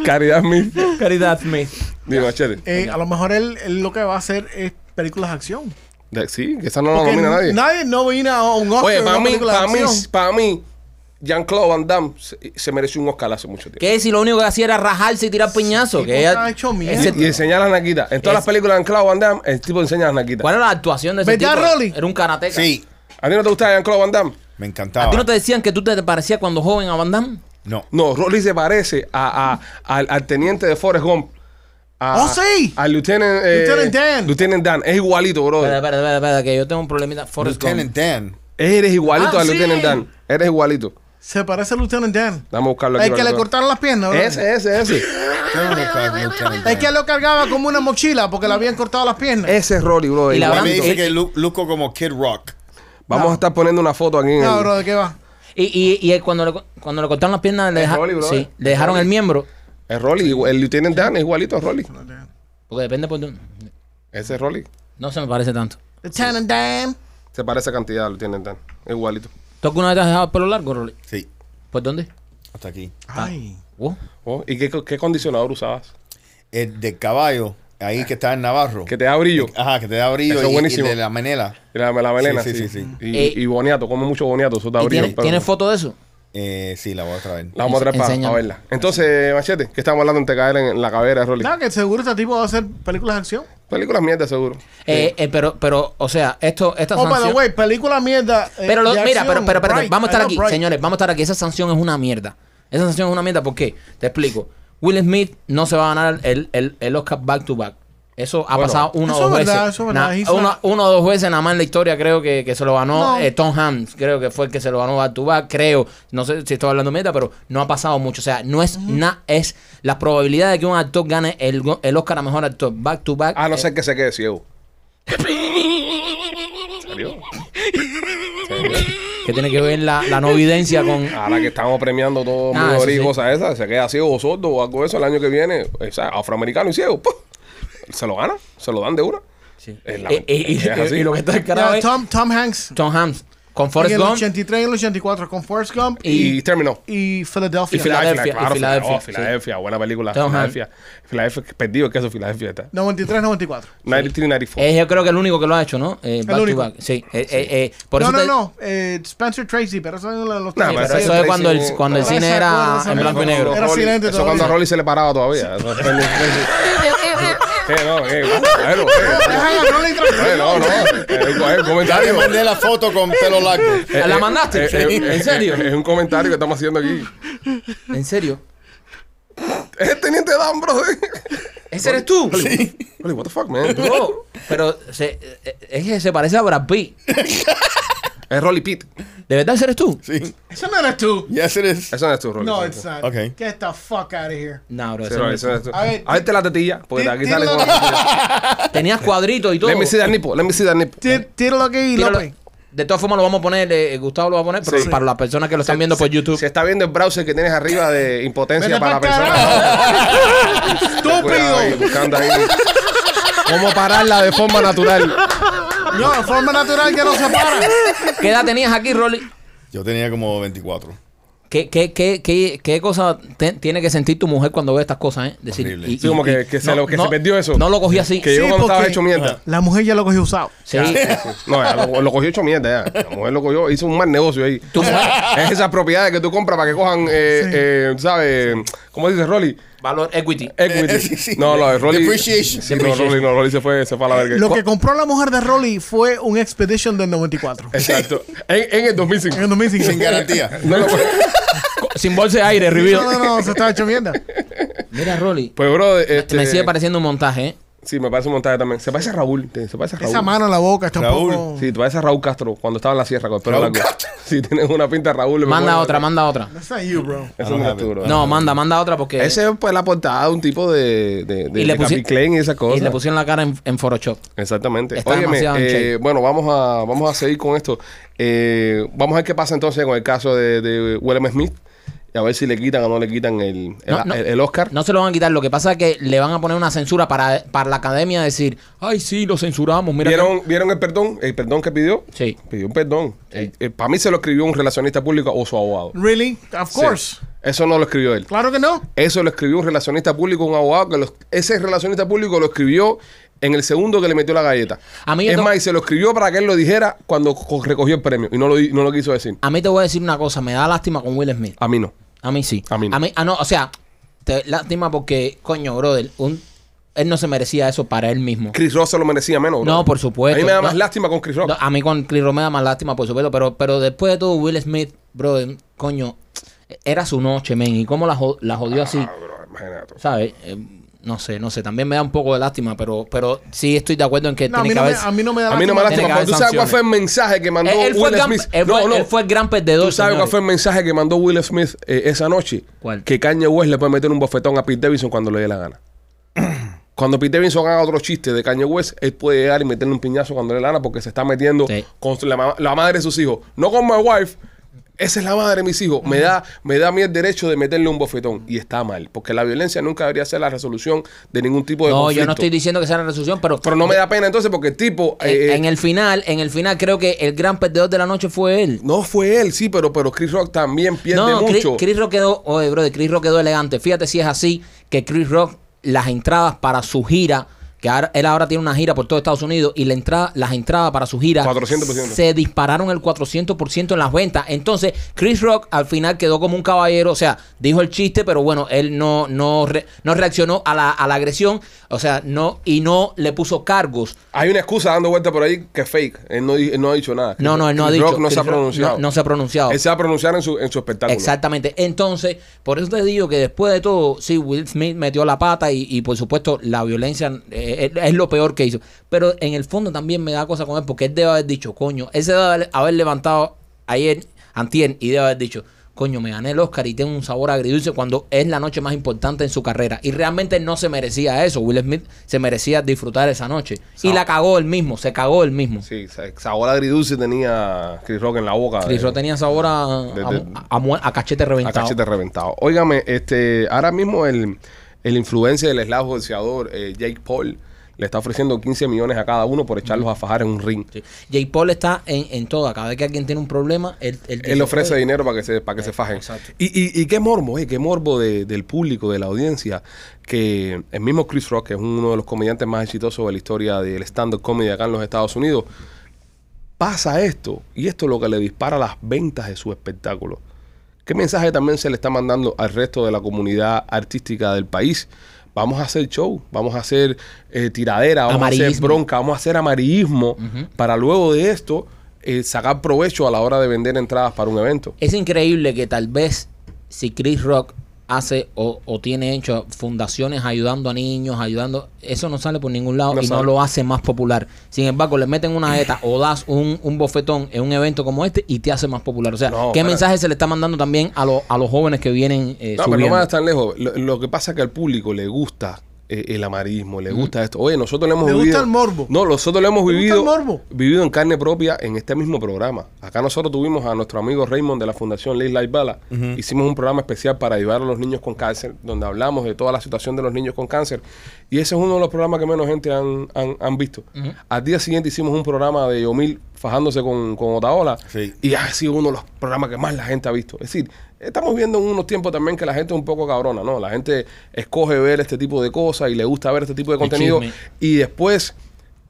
[SPEAKER 1] Caridad Smith.
[SPEAKER 3] Caridad Smith.
[SPEAKER 1] Dime, Machete.
[SPEAKER 4] Eh, a lo mejor él, él lo que va a hacer es películas de acción.
[SPEAKER 1] De- Sí, que esa no la
[SPEAKER 4] Que
[SPEAKER 1] nomina nadie.
[SPEAKER 4] nadie nomina a un Oscar.
[SPEAKER 1] Oye,
[SPEAKER 4] una
[SPEAKER 1] para mí,
[SPEAKER 4] película de
[SPEAKER 1] para mí,
[SPEAKER 4] acción.
[SPEAKER 1] para mí, Jean-Claude Van Damme se, se mereció un Oscar hace mucho tiempo.
[SPEAKER 3] Que si lo único que hacía era rajarse y tirar piñazos.
[SPEAKER 4] tipo
[SPEAKER 3] Que ella-
[SPEAKER 4] está hecho mierda.
[SPEAKER 3] ese-
[SPEAKER 1] Y enseñar las naquitas. En todas las
[SPEAKER 3] Es-
[SPEAKER 1] películas de Jean-Claude Van Damme, el tipo enseña las naquitas.
[SPEAKER 3] ¿Cuál era la actuación de ese
[SPEAKER 4] ¿Verdad,
[SPEAKER 3] tipo?
[SPEAKER 4] Rolly?
[SPEAKER 3] Era un karateca.
[SPEAKER 5] Sí,
[SPEAKER 1] ¿A ti no te gusta Jean-Claude Van Damme?
[SPEAKER 5] me
[SPEAKER 3] ¿A
[SPEAKER 5] encantaba.
[SPEAKER 3] ti no te decían que tú te parecías cuando joven a Van Damme?
[SPEAKER 5] No.
[SPEAKER 1] No, Rolly se parece a, a- al, al teniente de Forrest Gump. A- Ah.
[SPEAKER 4] ¡Oh, sí!
[SPEAKER 1] Al Lieutenant, eh,
[SPEAKER 4] Lieutenant Dan.
[SPEAKER 1] Lieutenant Dan. Es igualito, bro.
[SPEAKER 3] Espera, espera, espera, espera, que yo tengo un problemita. Forrest
[SPEAKER 5] Lieutenant
[SPEAKER 3] Gump.
[SPEAKER 5] Dan.
[SPEAKER 1] Eres igualito
[SPEAKER 4] Ah,
[SPEAKER 1] al
[SPEAKER 4] sí.
[SPEAKER 1] Lieutenant Dan. Eres igualito.
[SPEAKER 4] Se parece a Lieutenant Dan.
[SPEAKER 1] Vamos a buscarlo aquí.
[SPEAKER 4] El que
[SPEAKER 1] para
[SPEAKER 4] le
[SPEAKER 1] lo-
[SPEAKER 4] cortaron las piernas, ¿verdad?
[SPEAKER 1] Ese, ese, ese.
[SPEAKER 5] Yo no recuerdo Lieutenant Dan.
[SPEAKER 4] Es que lo cargaba como una mochila porque le habían cortado las piernas.
[SPEAKER 1] Ese es Rolly, bro.
[SPEAKER 3] Y la
[SPEAKER 5] Igual me
[SPEAKER 1] igualito.
[SPEAKER 5] dice
[SPEAKER 3] Él-
[SPEAKER 5] que lu- luzco como Kid Rock.
[SPEAKER 1] Vamos a estar poniendo una foto aquí en
[SPEAKER 4] No,
[SPEAKER 1] el-
[SPEAKER 4] bro, ¿de Ah, qué va?
[SPEAKER 3] Y, y, y él cuando, le, co- cuando le cortaron las piernas, le,
[SPEAKER 1] Es
[SPEAKER 3] deja-
[SPEAKER 1] Rolly, brother.
[SPEAKER 4] ¿eh?
[SPEAKER 3] sí, le dejaron el miembro.
[SPEAKER 1] Es Rolly, igu- el Lieutenant Dan es igualito a Rolly.
[SPEAKER 3] Porque depende por dónde.
[SPEAKER 1] Ese es Rolly.
[SPEAKER 3] No se me parece tanto.
[SPEAKER 4] Lieutenant Dan.
[SPEAKER 1] Se parece a cantidad al Lieutenant Dan. Es igualito.
[SPEAKER 3] ¿Tú alguna vez te has dejado el pelo largo, Rolly?
[SPEAKER 5] Sí,
[SPEAKER 3] ¿Por dónde?
[SPEAKER 5] hasta aquí.
[SPEAKER 4] Ay.
[SPEAKER 3] Oh.
[SPEAKER 1] Oh, ¿Y qué, qué condicionador usabas?
[SPEAKER 5] El de caballo, ahí que está en Navarro.
[SPEAKER 1] Que te da brillo.
[SPEAKER 3] Ah.
[SPEAKER 5] Ajá, que te da brillo
[SPEAKER 1] Eso es
[SPEAKER 5] y- y
[SPEAKER 1] buenísimo.
[SPEAKER 5] de la manela.
[SPEAKER 1] Y La, la melena, sí,
[SPEAKER 5] Sí, sí, sí, sí.
[SPEAKER 1] Y,
[SPEAKER 3] Eh,
[SPEAKER 1] y boniato, come mucho boniato, eso da
[SPEAKER 3] ¿Y
[SPEAKER 1] brillo.
[SPEAKER 3] tiene,
[SPEAKER 1] pero-
[SPEAKER 3] ¿Tiene foto de eso?
[SPEAKER 5] Eh, sí, la voy a traer.
[SPEAKER 1] La vamos a traer para- para
[SPEAKER 3] Enséñame.
[SPEAKER 1] verla. Entonces, Machete, ¿qué estamos hablando antes de caer en, en la cabera de Rolly?
[SPEAKER 4] No, que seguro este tipo va a hacer películas de acción.
[SPEAKER 1] Películas mierda, seguro.
[SPEAKER 3] Eh, eh, pero, pero, o sea, esto, esta
[SPEAKER 4] Oh, by the
[SPEAKER 3] sanción-
[SPEAKER 4] way, película mierda. eh,
[SPEAKER 3] Pero lo-
[SPEAKER 4] de
[SPEAKER 3] mira,
[SPEAKER 4] acción,
[SPEAKER 3] pero, pero, espérate,
[SPEAKER 4] Bright,
[SPEAKER 3] vamos a estar
[SPEAKER 4] I
[SPEAKER 3] aquí,
[SPEAKER 4] love Bright.
[SPEAKER 3] señores, vamos a estar aquí. Esa sanción es una mierda. Esa sanción es una mierda, ¿por qué? Te explico. Will Smith no se va a ganar el, el, el Oscar back to back. Eso ha
[SPEAKER 1] Bueno,
[SPEAKER 3] pasado una o
[SPEAKER 4] eso
[SPEAKER 3] dos
[SPEAKER 4] es verdad,
[SPEAKER 3] veces.
[SPEAKER 4] eso es verdad.
[SPEAKER 3] Na-
[SPEAKER 4] He's
[SPEAKER 3] una,
[SPEAKER 4] not-
[SPEAKER 3] una o dos veces nada más en la historia creo que, que se lo ganó
[SPEAKER 4] No.
[SPEAKER 3] eh, Tom Hanks. Creo que fue el que se lo ganó back to back. Creo, no sé si estoy hablando meta, pero no ha pasado mucho. O sea, no es na- es la probabilidad de que un actor gane el, go- el Oscar a mejor actor back to back.
[SPEAKER 1] A Ah, no
[SPEAKER 3] eh,
[SPEAKER 1] ser que se quede ciego. ¿En serio?
[SPEAKER 3] que tiene que ver la, la novidencia con...
[SPEAKER 1] Ahora que estamos premiando todo
[SPEAKER 3] Ah,
[SPEAKER 1] mundo
[SPEAKER 3] eso
[SPEAKER 1] y
[SPEAKER 3] sí.
[SPEAKER 1] cosas esas, se queda ciego o sordo o algo de eso el año que viene, o sea, afroamericano y ciego, ¡pum! se lo gana, se lo dan de una.
[SPEAKER 3] Sí.
[SPEAKER 1] Es la-
[SPEAKER 3] Eh, eh, y-
[SPEAKER 1] es así.
[SPEAKER 3] y lo que está
[SPEAKER 4] Ya,
[SPEAKER 3] descarado es-
[SPEAKER 4] Tom, Tom Hanks.
[SPEAKER 3] Tom Hanks con
[SPEAKER 4] en
[SPEAKER 3] Forrest
[SPEAKER 4] el
[SPEAKER 3] Gump
[SPEAKER 4] 83 y el 84 con Forrest Gump
[SPEAKER 1] Y,
[SPEAKER 4] y,
[SPEAKER 1] terminó.
[SPEAKER 4] y Philadelphia.
[SPEAKER 3] y Filadelfia,
[SPEAKER 1] Ay, claro,
[SPEAKER 3] y Filadelfia,
[SPEAKER 1] oh, Filadelfia, buena película.
[SPEAKER 3] Tom
[SPEAKER 1] Filadelfia. Filadelfia, perdido el queso Filadelfia está.
[SPEAKER 4] 93, 94.
[SPEAKER 1] 93, 94.
[SPEAKER 3] es yo creo que el único que lo ha hecho, ¿no? Eh, back to
[SPEAKER 4] único.
[SPEAKER 3] back. Sí. eh, eh, eh, por
[SPEAKER 4] no,
[SPEAKER 3] eso
[SPEAKER 4] no,
[SPEAKER 3] te-
[SPEAKER 4] no. eh, Spencer Tracy, pero eso es uno de los
[SPEAKER 1] Nah,
[SPEAKER 4] tres.
[SPEAKER 1] pero
[SPEAKER 3] Pero
[SPEAKER 1] Sí,
[SPEAKER 3] eso
[SPEAKER 1] el
[SPEAKER 3] es cuando el,
[SPEAKER 1] tracing-
[SPEAKER 3] cuando el
[SPEAKER 4] No,
[SPEAKER 3] cine
[SPEAKER 4] esa
[SPEAKER 3] era
[SPEAKER 4] cosa,
[SPEAKER 3] en
[SPEAKER 4] esa
[SPEAKER 3] blanco y
[SPEAKER 4] cosa.
[SPEAKER 3] negro.
[SPEAKER 4] Era
[SPEAKER 1] Rolly-
[SPEAKER 4] silente
[SPEAKER 1] Eso cuando a
[SPEAKER 4] todavía.
[SPEAKER 1] Rolly se le paraba todavía. Eso es pendejo. Sí, no, eh, bueno, eh,
[SPEAKER 4] Deja a Rolly
[SPEAKER 1] eh,
[SPEAKER 4] tranquilo.
[SPEAKER 1] no, no. eh, Es un
[SPEAKER 5] Te
[SPEAKER 1] comentario.
[SPEAKER 5] mandé la foto con pelo largo.
[SPEAKER 1] Eh,
[SPEAKER 3] ¿La
[SPEAKER 1] eh,
[SPEAKER 3] mandaste?
[SPEAKER 1] eh, eh,
[SPEAKER 3] ¿En serio?
[SPEAKER 1] Es un comentario que estamos haciendo aquí.
[SPEAKER 3] ¿En serio?
[SPEAKER 1] Es el teniente Dan, bro.
[SPEAKER 3] ¿Ese eres tú?
[SPEAKER 1] Rolly, what the fuck, man.
[SPEAKER 3] No, pero se, eh, es que se parece a Brad Pitt.
[SPEAKER 1] Es Rolly Pitt.
[SPEAKER 3] ¿De verdad ese eres tú?
[SPEAKER 5] Sí.
[SPEAKER 4] Eso no eres tú.
[SPEAKER 5] Yes, it is.
[SPEAKER 1] Eso no es tu Rolly.
[SPEAKER 4] No,
[SPEAKER 1] Pitt.
[SPEAKER 4] it's not.
[SPEAKER 5] Ok.
[SPEAKER 4] Get the fuck out of here.
[SPEAKER 3] No, bro.
[SPEAKER 1] Sí,
[SPEAKER 3] ese
[SPEAKER 1] Rolly,
[SPEAKER 3] no
[SPEAKER 1] eso no es tu-
[SPEAKER 4] A ver,
[SPEAKER 1] A verte la tetilla, porque de
[SPEAKER 4] ti-
[SPEAKER 1] aquí sale
[SPEAKER 4] tíralo-
[SPEAKER 1] con la tetilla.
[SPEAKER 3] es. Tenías cuadritos y todo.
[SPEAKER 1] Let me see that nipple, let me see that nipple.
[SPEAKER 4] Tí- Tíralo aquí,
[SPEAKER 3] Eh, Tíralo.
[SPEAKER 4] López.
[SPEAKER 3] De todas formas lo vamos a poner, eh, Gustavo lo va a poner, pero
[SPEAKER 1] Sí.
[SPEAKER 3] para las personas que lo están viendo por YouTube.
[SPEAKER 1] Se está viendo el browser que tienes arriba de impotencia
[SPEAKER 4] Vete
[SPEAKER 1] para la
[SPEAKER 4] pa'l
[SPEAKER 1] persona.
[SPEAKER 4] carajo.
[SPEAKER 1] Cuidado ahí,
[SPEAKER 4] Estúpido.
[SPEAKER 1] buscando ahí cómo pararla de forma natural.
[SPEAKER 4] No, de forma natural que no se para.
[SPEAKER 3] ¿Qué edad tenías aquí, Rolly?
[SPEAKER 5] Yo tenía como 24.
[SPEAKER 3] ¿Qué, qué, qué, qué, qué cosa te- tiene que sentir tu mujer cuando ve estas cosas, eh? Decir,
[SPEAKER 5] Horrible.
[SPEAKER 1] Sí, como que- que se lo- que se perdió eso.
[SPEAKER 3] No lo cogí así.
[SPEAKER 1] Que yo
[SPEAKER 4] Sí,
[SPEAKER 1] cuando estaba
[SPEAKER 4] porque-
[SPEAKER 1] hecho mierda.
[SPEAKER 4] La mujer ya lo cogió usado.
[SPEAKER 3] Sí.
[SPEAKER 1] No, ya, lo, lo cogió hecho mierda ya. La mujer lo cogió, hizo un mal negocio ahí.
[SPEAKER 3] Tu mujer.
[SPEAKER 1] Es esas propiedades que tú compras para que cojan, eh, eh, ¿sabes? ¿Cómo dice Rolly?
[SPEAKER 3] Valor equity.
[SPEAKER 1] Equity.
[SPEAKER 5] Eh, eh, sí, sí.
[SPEAKER 1] No, no, Rolly.
[SPEAKER 5] Depreciation.
[SPEAKER 1] Sí, no, Rolly, no, Rolly se fue, se fue a la verga.
[SPEAKER 4] Lo que compró la mujer de Rolly fue un Expedition del 94.
[SPEAKER 1] Exacto. En, en el 2005.
[SPEAKER 4] En el 2005.
[SPEAKER 5] Sin garantía.
[SPEAKER 1] No lo puedo-
[SPEAKER 3] Sin bolsa de aire,
[SPEAKER 4] No,
[SPEAKER 3] reveal.
[SPEAKER 4] no, no, se estaba hecho mierda.
[SPEAKER 3] Mira, Rolly.
[SPEAKER 1] Pues, bro, este,
[SPEAKER 3] Me sigue pareciendo un montaje, ¿eh?
[SPEAKER 1] Sí, me parece un montaje también. Se parece a Raúl. te- Se parece a Raúl.
[SPEAKER 4] Esa mano en la boca está
[SPEAKER 5] Raúl.
[SPEAKER 4] un poco.
[SPEAKER 1] Sí, te parece a Raúl Castro cuando estaba en la sierra con el pelo
[SPEAKER 5] Raúl
[SPEAKER 1] largo.
[SPEAKER 5] Castro.
[SPEAKER 1] Sí, tienes una pinta de Raúl. me
[SPEAKER 3] Manda
[SPEAKER 1] acuerdo.
[SPEAKER 3] otra, manda otra.
[SPEAKER 4] That's not you, bro.
[SPEAKER 1] Eso no es tú, bro.
[SPEAKER 3] No, manda, manda otra porque.
[SPEAKER 1] Ese es pues, la portada de un tipo de, de, de,
[SPEAKER 3] Y le
[SPEAKER 1] de
[SPEAKER 3] pusi-
[SPEAKER 1] Capi Klein y esa cosa.
[SPEAKER 3] y le pusieron la cara en, en Photoshop.
[SPEAKER 1] Exactamente.
[SPEAKER 3] Está
[SPEAKER 1] Óyeme,
[SPEAKER 3] demasiado en
[SPEAKER 1] eh,
[SPEAKER 3] shape.
[SPEAKER 1] bueno, vamos a, vamos a seguir con esto. Eh, vamos a ver qué pasa entonces con el caso de, de Willem Smith. Y a ver si le quitan o no le quitan el, el,
[SPEAKER 3] No, no.
[SPEAKER 1] el- el Oscar.
[SPEAKER 3] No se lo van a quitar. Lo que pasa es que le van a poner una censura para, para la academia decir, ay, sí, lo censuramos. Mira
[SPEAKER 1] ¿Vieron, ¿Vieron el perdón? ¿El perdón que pidió?
[SPEAKER 3] que-". Sí.
[SPEAKER 1] Pidió un perdón. Eh, para mí se lo escribió un relacionista público o su abogado.
[SPEAKER 4] Really? Of
[SPEAKER 1] Sí.
[SPEAKER 4] course.
[SPEAKER 1] Eso no lo escribió él.
[SPEAKER 4] Claro que no.
[SPEAKER 1] Eso lo escribió un relacionista público, un abogado. que lo- Ese relacionista público lo escribió en el segundo que le metió la galleta.
[SPEAKER 3] A mí yo
[SPEAKER 1] es
[SPEAKER 3] to-
[SPEAKER 1] más, y se lo escribió para que él lo dijera cuando co- recogió el premio. Y no lo, di- no lo quiso decir.
[SPEAKER 3] A mí te voy a decir una cosa, me da lástima con Will Smith.
[SPEAKER 1] A mí no.
[SPEAKER 3] A mí sí.
[SPEAKER 1] A mí no.
[SPEAKER 3] ah, no, o sea, te, lástima porque, coño, brother, un- él no se merecía eso para él mismo.
[SPEAKER 1] Chris Rock se lo merecía menos. bro.
[SPEAKER 3] No, por
[SPEAKER 1] A
[SPEAKER 3] supuesto.
[SPEAKER 1] mí me da
[SPEAKER 3] No.
[SPEAKER 1] más lástima con Chris Rock.
[SPEAKER 3] No, A mí con Chris Rock me da más lástima, por supuesto, pero, pero después de todo, Will Smith, brother, coño, era su noche, men, y cómo la, jo- la jodió así.
[SPEAKER 1] Ah, bro, imagínate.
[SPEAKER 3] ¿sabes? Eh, no sé, no sé. También me da un poco de lástima, pero, pero sí estoy de acuerdo en que
[SPEAKER 4] No, a
[SPEAKER 3] tiene
[SPEAKER 4] mí
[SPEAKER 3] que
[SPEAKER 4] no, me,
[SPEAKER 3] haber.
[SPEAKER 4] a mí no me da
[SPEAKER 1] A mí no me da
[SPEAKER 3] Tiene que
[SPEAKER 1] lástima.
[SPEAKER 3] haber
[SPEAKER 1] pero ¿Tú sabes cuál
[SPEAKER 3] sanciones.
[SPEAKER 1] fue el mensaje que mandó
[SPEAKER 3] Él- él, fue el
[SPEAKER 1] Will
[SPEAKER 3] gran,
[SPEAKER 1] Smith?
[SPEAKER 3] él
[SPEAKER 1] No,
[SPEAKER 3] fue-
[SPEAKER 1] no.
[SPEAKER 3] él fue el gran perdedor.
[SPEAKER 1] ¿Tú sabes cuál fue el
[SPEAKER 3] señores.
[SPEAKER 1] mensaje que mandó Will Smith eh, esa noche?
[SPEAKER 3] ¿Cuál?
[SPEAKER 1] Que Kanye West le puede meter un bofetón a Pete Davidson cuando le dé la gana. Cuando Pete Davidson haga otro chiste de Kanye West, él puede llegar y meterle un piñazo cuando le dé la gana porque se está metiendo
[SPEAKER 3] Sí.
[SPEAKER 1] con la, ma- la madre de sus hijos. No con my wife. Esa es la madre de mis hijos. Me da, me da a mí el derecho de meterle un bofetón. Y está mal. Porque la violencia nunca debería ser la resolución de ningún tipo de
[SPEAKER 3] No,
[SPEAKER 1] conflicto.
[SPEAKER 3] yo no estoy diciendo que sea la resolución, pero.
[SPEAKER 1] Pero no me da pena entonces porque el tipo...
[SPEAKER 3] en,
[SPEAKER 1] eh,
[SPEAKER 3] en el final, en el final creo que el gran perdedor de la noche fue él.
[SPEAKER 1] No fue él, sí, pero, pero Chris Rock también pierde
[SPEAKER 3] no, Chris,
[SPEAKER 1] mucho.
[SPEAKER 3] Chris Rock quedó, oye, brother, Chris Rock quedó elegante. Fíjate si es así que Chris Rock las entradas para su gira, que ahora- él ahora tiene una gira por todo Estados Unidos y la entrada, las entradas para su gira
[SPEAKER 1] 400%.
[SPEAKER 3] se dispararon el 400% en las ventas. Entonces, Chris Rock al final quedó como un caballero, o sea, dijo el chiste, pero bueno, él no no re- no reaccionó a la, a la agresión, o sea, no y no le puso cargos.
[SPEAKER 1] Hay una excusa dando vuelta por ahí que es fake. Él no, di- él no ha dicho nada.
[SPEAKER 3] No, no, él no ha
[SPEAKER 1] Chris
[SPEAKER 3] dicho.
[SPEAKER 1] Rock no
[SPEAKER 3] Chris
[SPEAKER 1] se ha
[SPEAKER 3] Rock
[SPEAKER 1] pronunciado.
[SPEAKER 3] no- no se ha pronunciado.
[SPEAKER 1] Él se va a pronunciar en su, en su espectáculo.
[SPEAKER 3] Exactamente. Entonces, por eso te digo que después de todo, sí, Will Smith metió la pata y, y por supuesto la violencia eh, es, es lo peor que hizo. Pero en el fondo también me da cosa con él porque él debe haber dicho, coño, él se debe haber, haber levantado ayer, antier, y debe haber dicho, coño, me gané el Oscar y tengo un sabor agridulce cuando es la noche más importante en su carrera. Y realmente no se merecía eso. Will Smith se merecía disfrutar esa noche. Y la cagó él mismo, se cagó él mismo.
[SPEAKER 1] Sí, sa- sabor agridulce tenía Chris Rock en la boca.
[SPEAKER 3] Chris
[SPEAKER 1] de-
[SPEAKER 3] Rock tenía sabor a, a-
[SPEAKER 1] de-
[SPEAKER 3] a mu- a cachete
[SPEAKER 1] A
[SPEAKER 3] reventado.
[SPEAKER 1] cachete reventado. Óigame, este, ahora mismo el, el influencer del slash boxeador eh, Jake Paul le está ofreciendo 15 millones a cada uno por echarlos a fajar en un ring.
[SPEAKER 3] Sí. Jake Paul está en, en toda. Cada vez que alguien tiene un problema, él, dice,
[SPEAKER 1] Él le ofrece
[SPEAKER 3] "Oye,
[SPEAKER 1] dinero para que se, para que se fajen.
[SPEAKER 3] exacto.
[SPEAKER 1] Y, y, y qué morbo, eh, qué morbo de- del público, de la audiencia, que el mismo Chris Rock, que es uno de los comediantes más exitosos de la historia del stand-up comedy acá en los Estados Unidos, pasa esto, y esto es lo que le dispara las ventas de su espectáculo. ¿Qué mensaje también se le está mandando al resto de la comunidad artística del país? Vamos a hacer show, vamos a hacer eh, tiradera, vamos a hacer
[SPEAKER 3] Amarillismo.
[SPEAKER 1] bronca, vamos a hacer amarillismo para luego de esto eh, sacar provecho a la hora de vender entradas para un evento.
[SPEAKER 3] Es increíble que tal vez si Chris Rock hace o, o tiene hecho fundaciones ayudando a niños, ayudando, eso no sale por ningún lado
[SPEAKER 1] No
[SPEAKER 3] y
[SPEAKER 1] sale.
[SPEAKER 3] no lo hace más popular. Sin embargo, le meten una jeta o das un, un bofetón en un evento como este y te hace más popular. O sea,
[SPEAKER 1] No,
[SPEAKER 3] ¿qué
[SPEAKER 1] espérate.
[SPEAKER 3] mensaje se le está mandando también a, lo- a los jóvenes que vienen eh,
[SPEAKER 1] No, pero no
[SPEAKER 3] subiendo?
[SPEAKER 1] más tan lejos. Lo, lo que pasa es que al público le gusta eh, el amarismo, le gusta esto. Oye, nosotros lo hemos
[SPEAKER 4] Le gusta
[SPEAKER 1] vivido.
[SPEAKER 4] el morbo.
[SPEAKER 1] No, nosotros lo hemos
[SPEAKER 4] Le gusta
[SPEAKER 1] vivido.
[SPEAKER 4] el morbo.
[SPEAKER 1] Vivido en carne propia en este mismo programa. Acá nosotros tuvimos a nuestro amigo Raymond de la Fundación Ley Light Bala. Hicimos un programa especial para ayudar a los niños con cáncer, donde hablamos de toda la situación de los niños con cáncer. Y ese es uno de los programas que menos gente han, han- han visto. Al día siguiente hicimos un programa de Yomil fajándose con, con Otaola.
[SPEAKER 5] Sí.
[SPEAKER 1] Y ha sido uno de los programas que más la gente ha visto. Es decir, estamos viendo en unos tiempos también que la gente es un poco cabrona, ¿no? La gente escoge ver este tipo de cosas y le gusta ver este tipo de contenido.
[SPEAKER 3] chisme.
[SPEAKER 1] Y después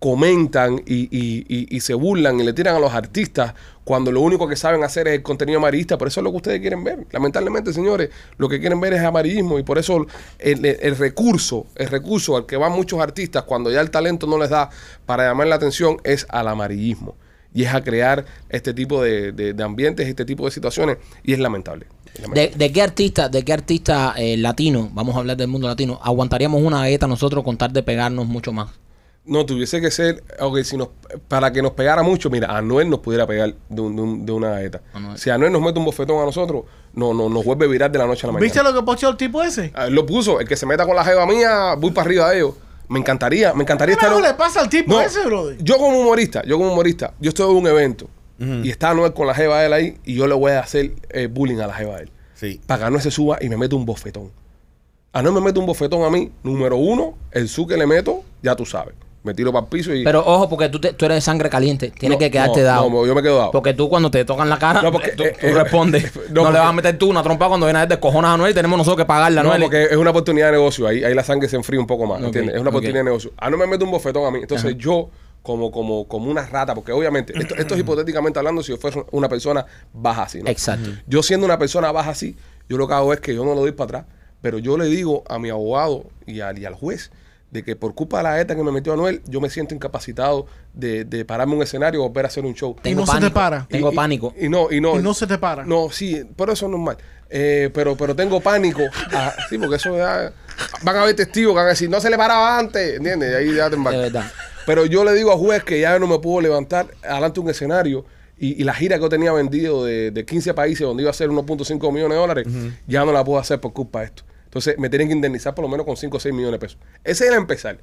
[SPEAKER 1] comentan y, y- y- y se burlan y le tiran a los artistas cuando lo único que saben hacer es el contenido amarillista. Por eso es lo que ustedes quieren ver. Lamentablemente, señores, lo que quieren ver es amarillismo y por eso el, el- el recurso, el recurso al que van muchos artistas cuando ya el talento no les da para llamar la atención es al amarillismo. Y es a crear este tipo de, de- de ambientes, este tipo de situaciones. Y es lamentable. Es lamentable.
[SPEAKER 2] ¿De, de qué artista, de qué artista eh, latino, vamos a hablar del mundo latino, aguantaríamos una galleta nosotros con tal de pegarnos mucho más?
[SPEAKER 1] No, tuviese que ser, ok, si nos, para que nos pegara mucho, mira, Anuel nos pudiera pegar de, un- de un- de una galleta.
[SPEAKER 2] Anuel.
[SPEAKER 1] Si Anuel nos mete un bofetón a nosotros, no, no, nos vuelve viral de la noche a la mañana.
[SPEAKER 4] ¿Viste lo que posteó el tipo ese?
[SPEAKER 1] Ah, Lo puso, el que se meta con la jeva mía, voy para arriba de ellos. Me encantaría, me encantaría
[SPEAKER 4] ¿Qué
[SPEAKER 1] estar...
[SPEAKER 4] le pasa al tipo
[SPEAKER 1] No,
[SPEAKER 4] ese, brother?
[SPEAKER 1] yo como humorista, yo como humorista, yo estoy en un evento y está Anuel con la jeva de él ahí y yo le voy a hacer eh, bullying a la jeva de él
[SPEAKER 5] Sí.
[SPEAKER 1] para que Anuel se suba y me mete un bofetón. Anuel me mete un bofetón a mí, número uno, el su que le meto, ya tú sabes. Me tiro para el piso y...
[SPEAKER 2] Pero ojo, porque tú, te- tú eres de sangre caliente, tienes
[SPEAKER 1] No,
[SPEAKER 2] que quedarte
[SPEAKER 1] no,
[SPEAKER 2] dado.
[SPEAKER 1] no, yo me quedo dado.
[SPEAKER 2] Porque tú cuando te tocan la cara,
[SPEAKER 1] No, porque,
[SPEAKER 2] tú,
[SPEAKER 1] eh,
[SPEAKER 2] tú
[SPEAKER 1] eh,
[SPEAKER 2] respondes.
[SPEAKER 1] eh, no,
[SPEAKER 2] no
[SPEAKER 1] porque-
[SPEAKER 2] le vas a meter tú una trompa cuando viene a ver cojones a Noel y tenemos nosotros que pagarle a
[SPEAKER 1] No,
[SPEAKER 2] Noel.
[SPEAKER 1] porque es una oportunidad de negocio. Ahí, ahí la sangre se enfría un poco más,
[SPEAKER 2] Ok,
[SPEAKER 1] ¿entiendes? Es una
[SPEAKER 2] ok.
[SPEAKER 1] oportunidad de negocio. Ah, no me mete un bofetón a mí. Entonces yo, como, como, como una rata, porque obviamente, esto, esto es hipotéticamente hablando, si yo fuese una persona baja así, ¿no?
[SPEAKER 2] Exacto.
[SPEAKER 1] Yo siendo una persona baja así, yo lo que hago es que yo no lo doy para atrás, pero yo le digo a mi abogado y al, y al juez de que por culpa de la ETA que me metió Anuel, yo me siento incapacitado de, de pararme en un escenario o volver a hacer un show.
[SPEAKER 4] Y no se te para.
[SPEAKER 2] Tengo
[SPEAKER 1] Y- y-
[SPEAKER 2] pánico.
[SPEAKER 1] Y, no, y no.
[SPEAKER 4] Y no se te para.
[SPEAKER 1] No, sí, por eso es normal. Eh, pero, pero tengo pánico. Ah, sí, porque eso ya. Van a haber testigos que van a decir, no se le paraba antes, ¿entiendes? Y ahí ya te embarcas.
[SPEAKER 2] De verdad.
[SPEAKER 1] Pero yo le digo a juez que ya no me puedo levantar adelante de un escenario. Y, y la gira que yo tenía vendido de, de 15 países donde iba a hacer 1.5 millones de dólares, ya no la puedo hacer por culpa de esto. Entonces me tienen que indemnizar por lo menos con 5 o 6 millones de pesos. Ese era empezar.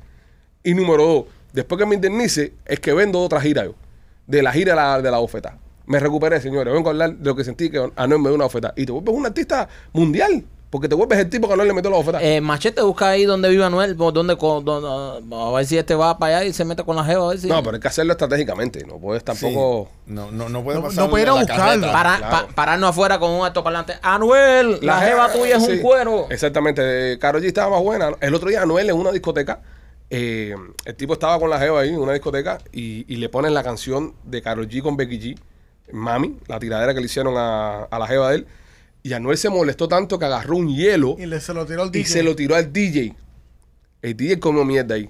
[SPEAKER 1] Y número dos, después que me indemnice, es que vendo otra gira yo. De la gira de la, de la bofetada. Me recuperé, señores. Vengo a hablar de lo que sentí que Anuel me dio una bofetada. Y te vuelves un artista mundial. Porque te vuelves el tipo que Anuel le metió la bofetada.
[SPEAKER 2] Eh, machete busca ahí donde vive Anuel, bo- donde, co- donde- a ver si este va para allá y se mete con la jeva, a ver si...
[SPEAKER 1] No, pero hay que hacerlo estratégicamente. No puedes tampoco...
[SPEAKER 5] Sí. No, no, no puede
[SPEAKER 4] No-
[SPEAKER 5] pasar.
[SPEAKER 4] no puede ir a
[SPEAKER 5] la
[SPEAKER 4] buscarlo.
[SPEAKER 5] carreta.
[SPEAKER 2] Para,
[SPEAKER 1] claro.
[SPEAKER 2] pa- pararnos afuera con un altoparlante. Anuel, la, jeva tuya es
[SPEAKER 1] sí.
[SPEAKER 2] un cuero.
[SPEAKER 1] Exactamente. Eh, Karol G estaba más buena. El otro día Anuel en una discoteca, eh, el tipo estaba con la jeva ahí en una discoteca y, y le ponen la canción de Karol G con Becky G, Mami, la tiradera que le hicieron a, a la jeva de él. Y Anuel se molestó tanto que agarró un hielo
[SPEAKER 4] Y le se lo tiró el
[SPEAKER 1] y
[SPEAKER 4] DJ.
[SPEAKER 1] se lo tiró al DJ. El DJ comió mierda ahí.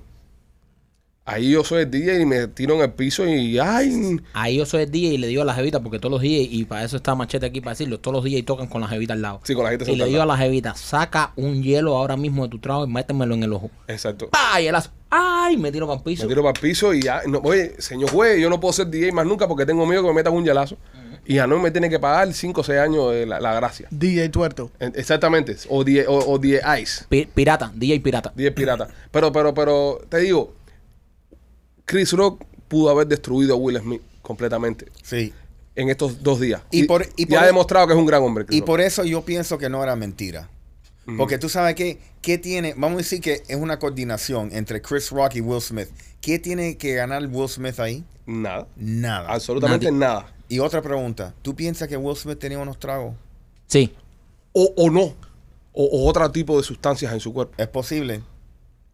[SPEAKER 1] Ahí yo soy el DJ y me tiro en el piso y ay,
[SPEAKER 2] Ahí yo soy el DJ y le digo a la jevita, porque todos los días, y para eso está Machete aquí para decirlo, todos los días tocan con la jevita al lado.
[SPEAKER 1] Sí, con la jevita
[SPEAKER 2] Y
[SPEAKER 1] sentada al
[SPEAKER 2] le digo a la jevita, saca un hielo ahora mismo de tu trago y métemelo en el ojo.
[SPEAKER 1] exacto.
[SPEAKER 2] ¡Pah! Y el as- ¡Ay! Me tiro para el piso.
[SPEAKER 1] Me tiro para el piso y ya. no, oye, señor juez, yo no puedo ser DJ más nunca porque tengo miedo que me metan un yalazo. Y a no me tiene que pagar 5 o 6 años de la, la gracia.
[SPEAKER 4] DJ Tuerto.
[SPEAKER 1] En- Exactamente. O 10 o, o 10 Ice.
[SPEAKER 2] Pi- pirata, DJ pirata.
[SPEAKER 1] 10 piratas. Pero, pero, pero, te digo, Chris Rock pudo haber destruido a Will Smith completamente
[SPEAKER 5] Sí.
[SPEAKER 1] en estos dos días.
[SPEAKER 5] Y por- y
[SPEAKER 1] ya
[SPEAKER 5] por-
[SPEAKER 1] ha demostrado que Mm. es un gran hombre. Chris
[SPEAKER 5] Y
[SPEAKER 1] Rock.
[SPEAKER 5] por eso yo pienso que no era mentira. Porque tú sabes que, ¿qué tiene? Vamos a decir que es una coordinación entre Chris Rock y Will Smith. ¿Qué tiene que ganar Will Smith ahí?
[SPEAKER 1] Nada.
[SPEAKER 5] Nada.
[SPEAKER 1] Absolutamente nada.
[SPEAKER 5] Y otra pregunta. ¿Tú piensas que Will Smith tenía unos tragos?
[SPEAKER 2] Sí.
[SPEAKER 1] O, o no. O, o otro tipo de sustancias en su cuerpo.
[SPEAKER 5] Es posible.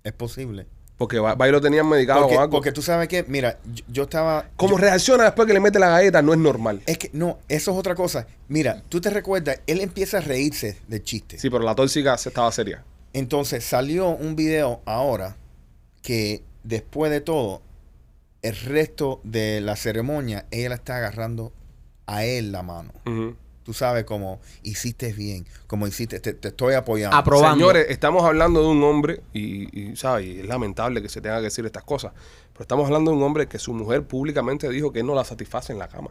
[SPEAKER 5] Es posible.
[SPEAKER 1] Porque va, va y lo tenían medicado
[SPEAKER 5] Porque,
[SPEAKER 1] o algo.
[SPEAKER 5] porque tú sabes que, mira, yo, yo estaba...
[SPEAKER 1] Como reacciona después que le mete la galleta no es normal.
[SPEAKER 5] Es que, no, eso es otra cosa. Mira, tú te recuerdas, él empieza a reírse del chiste.
[SPEAKER 1] Sí, pero la tóxica se estaba seria.
[SPEAKER 5] Entonces salió un video ahora que después de todo, el resto de la ceremonia, ella está agarrando a él la mano. Tú sabes como hiciste bien, como hiciste, te, te estoy apoyando.
[SPEAKER 2] Apro- Probando.
[SPEAKER 1] Señores, estamos hablando de un hombre, y, y, ¿sabes? Y es lamentable que se tenga que decir estas cosas, pero estamos hablando de un hombre que su mujer públicamente dijo que no la satisface en la cama.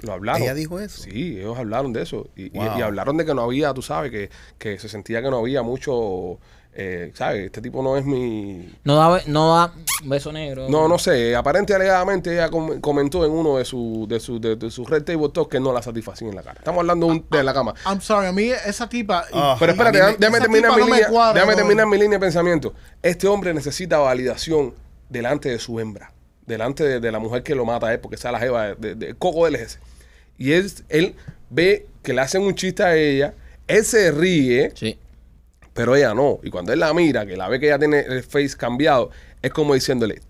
[SPEAKER 1] Lo hablaron.
[SPEAKER 5] ¿Ella dijo eso?
[SPEAKER 1] Sí, ellos hablaron de eso. Y, y-
[SPEAKER 5] Wow.
[SPEAKER 1] y hablaron de que no había, tú sabes, que, que se sentía que no había mucho, eh, ¿sabes? Este tipo no es mi...
[SPEAKER 2] No da, no da beso negro.
[SPEAKER 1] No, no sé. Aparente y alegadamente ella com- comentó en uno de sus de su, de, de sus red table talk que no la satisfacción en la cara. Estamos hablando de un- de la cama.
[SPEAKER 4] I'm sorry, a mí esa tipa. y-
[SPEAKER 5] Ah.
[SPEAKER 1] Pero espérate,
[SPEAKER 5] A mí me-
[SPEAKER 1] déjame
[SPEAKER 4] esa
[SPEAKER 1] terminar,
[SPEAKER 4] tipa
[SPEAKER 1] mi
[SPEAKER 4] no me
[SPEAKER 1] línea,
[SPEAKER 4] cuadra,
[SPEAKER 1] déjame
[SPEAKER 4] brother.
[SPEAKER 1] terminar mi línea de pensamiento. Este hombre necesita validación delante de su hembra, delante de, de la mujer que lo mata a él, porque esa es la jeva de, de- Coco del ese. Y él, él ve que le hacen un chiste a ella, él se ríe,
[SPEAKER 3] Sí.
[SPEAKER 1] pero ella no. Y cuando él la mira, que la ve que ella tiene el face cambiado, es como diciéndole,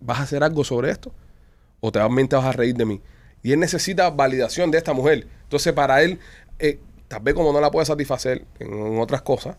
[SPEAKER 1] ¿vas a hacer algo sobre esto? ¿O te realmente vas a reír de mí? Y él necesita validación de esta mujer. Entonces, para él, eh, tal vez como no la puede satisfacer en, en otras cosas,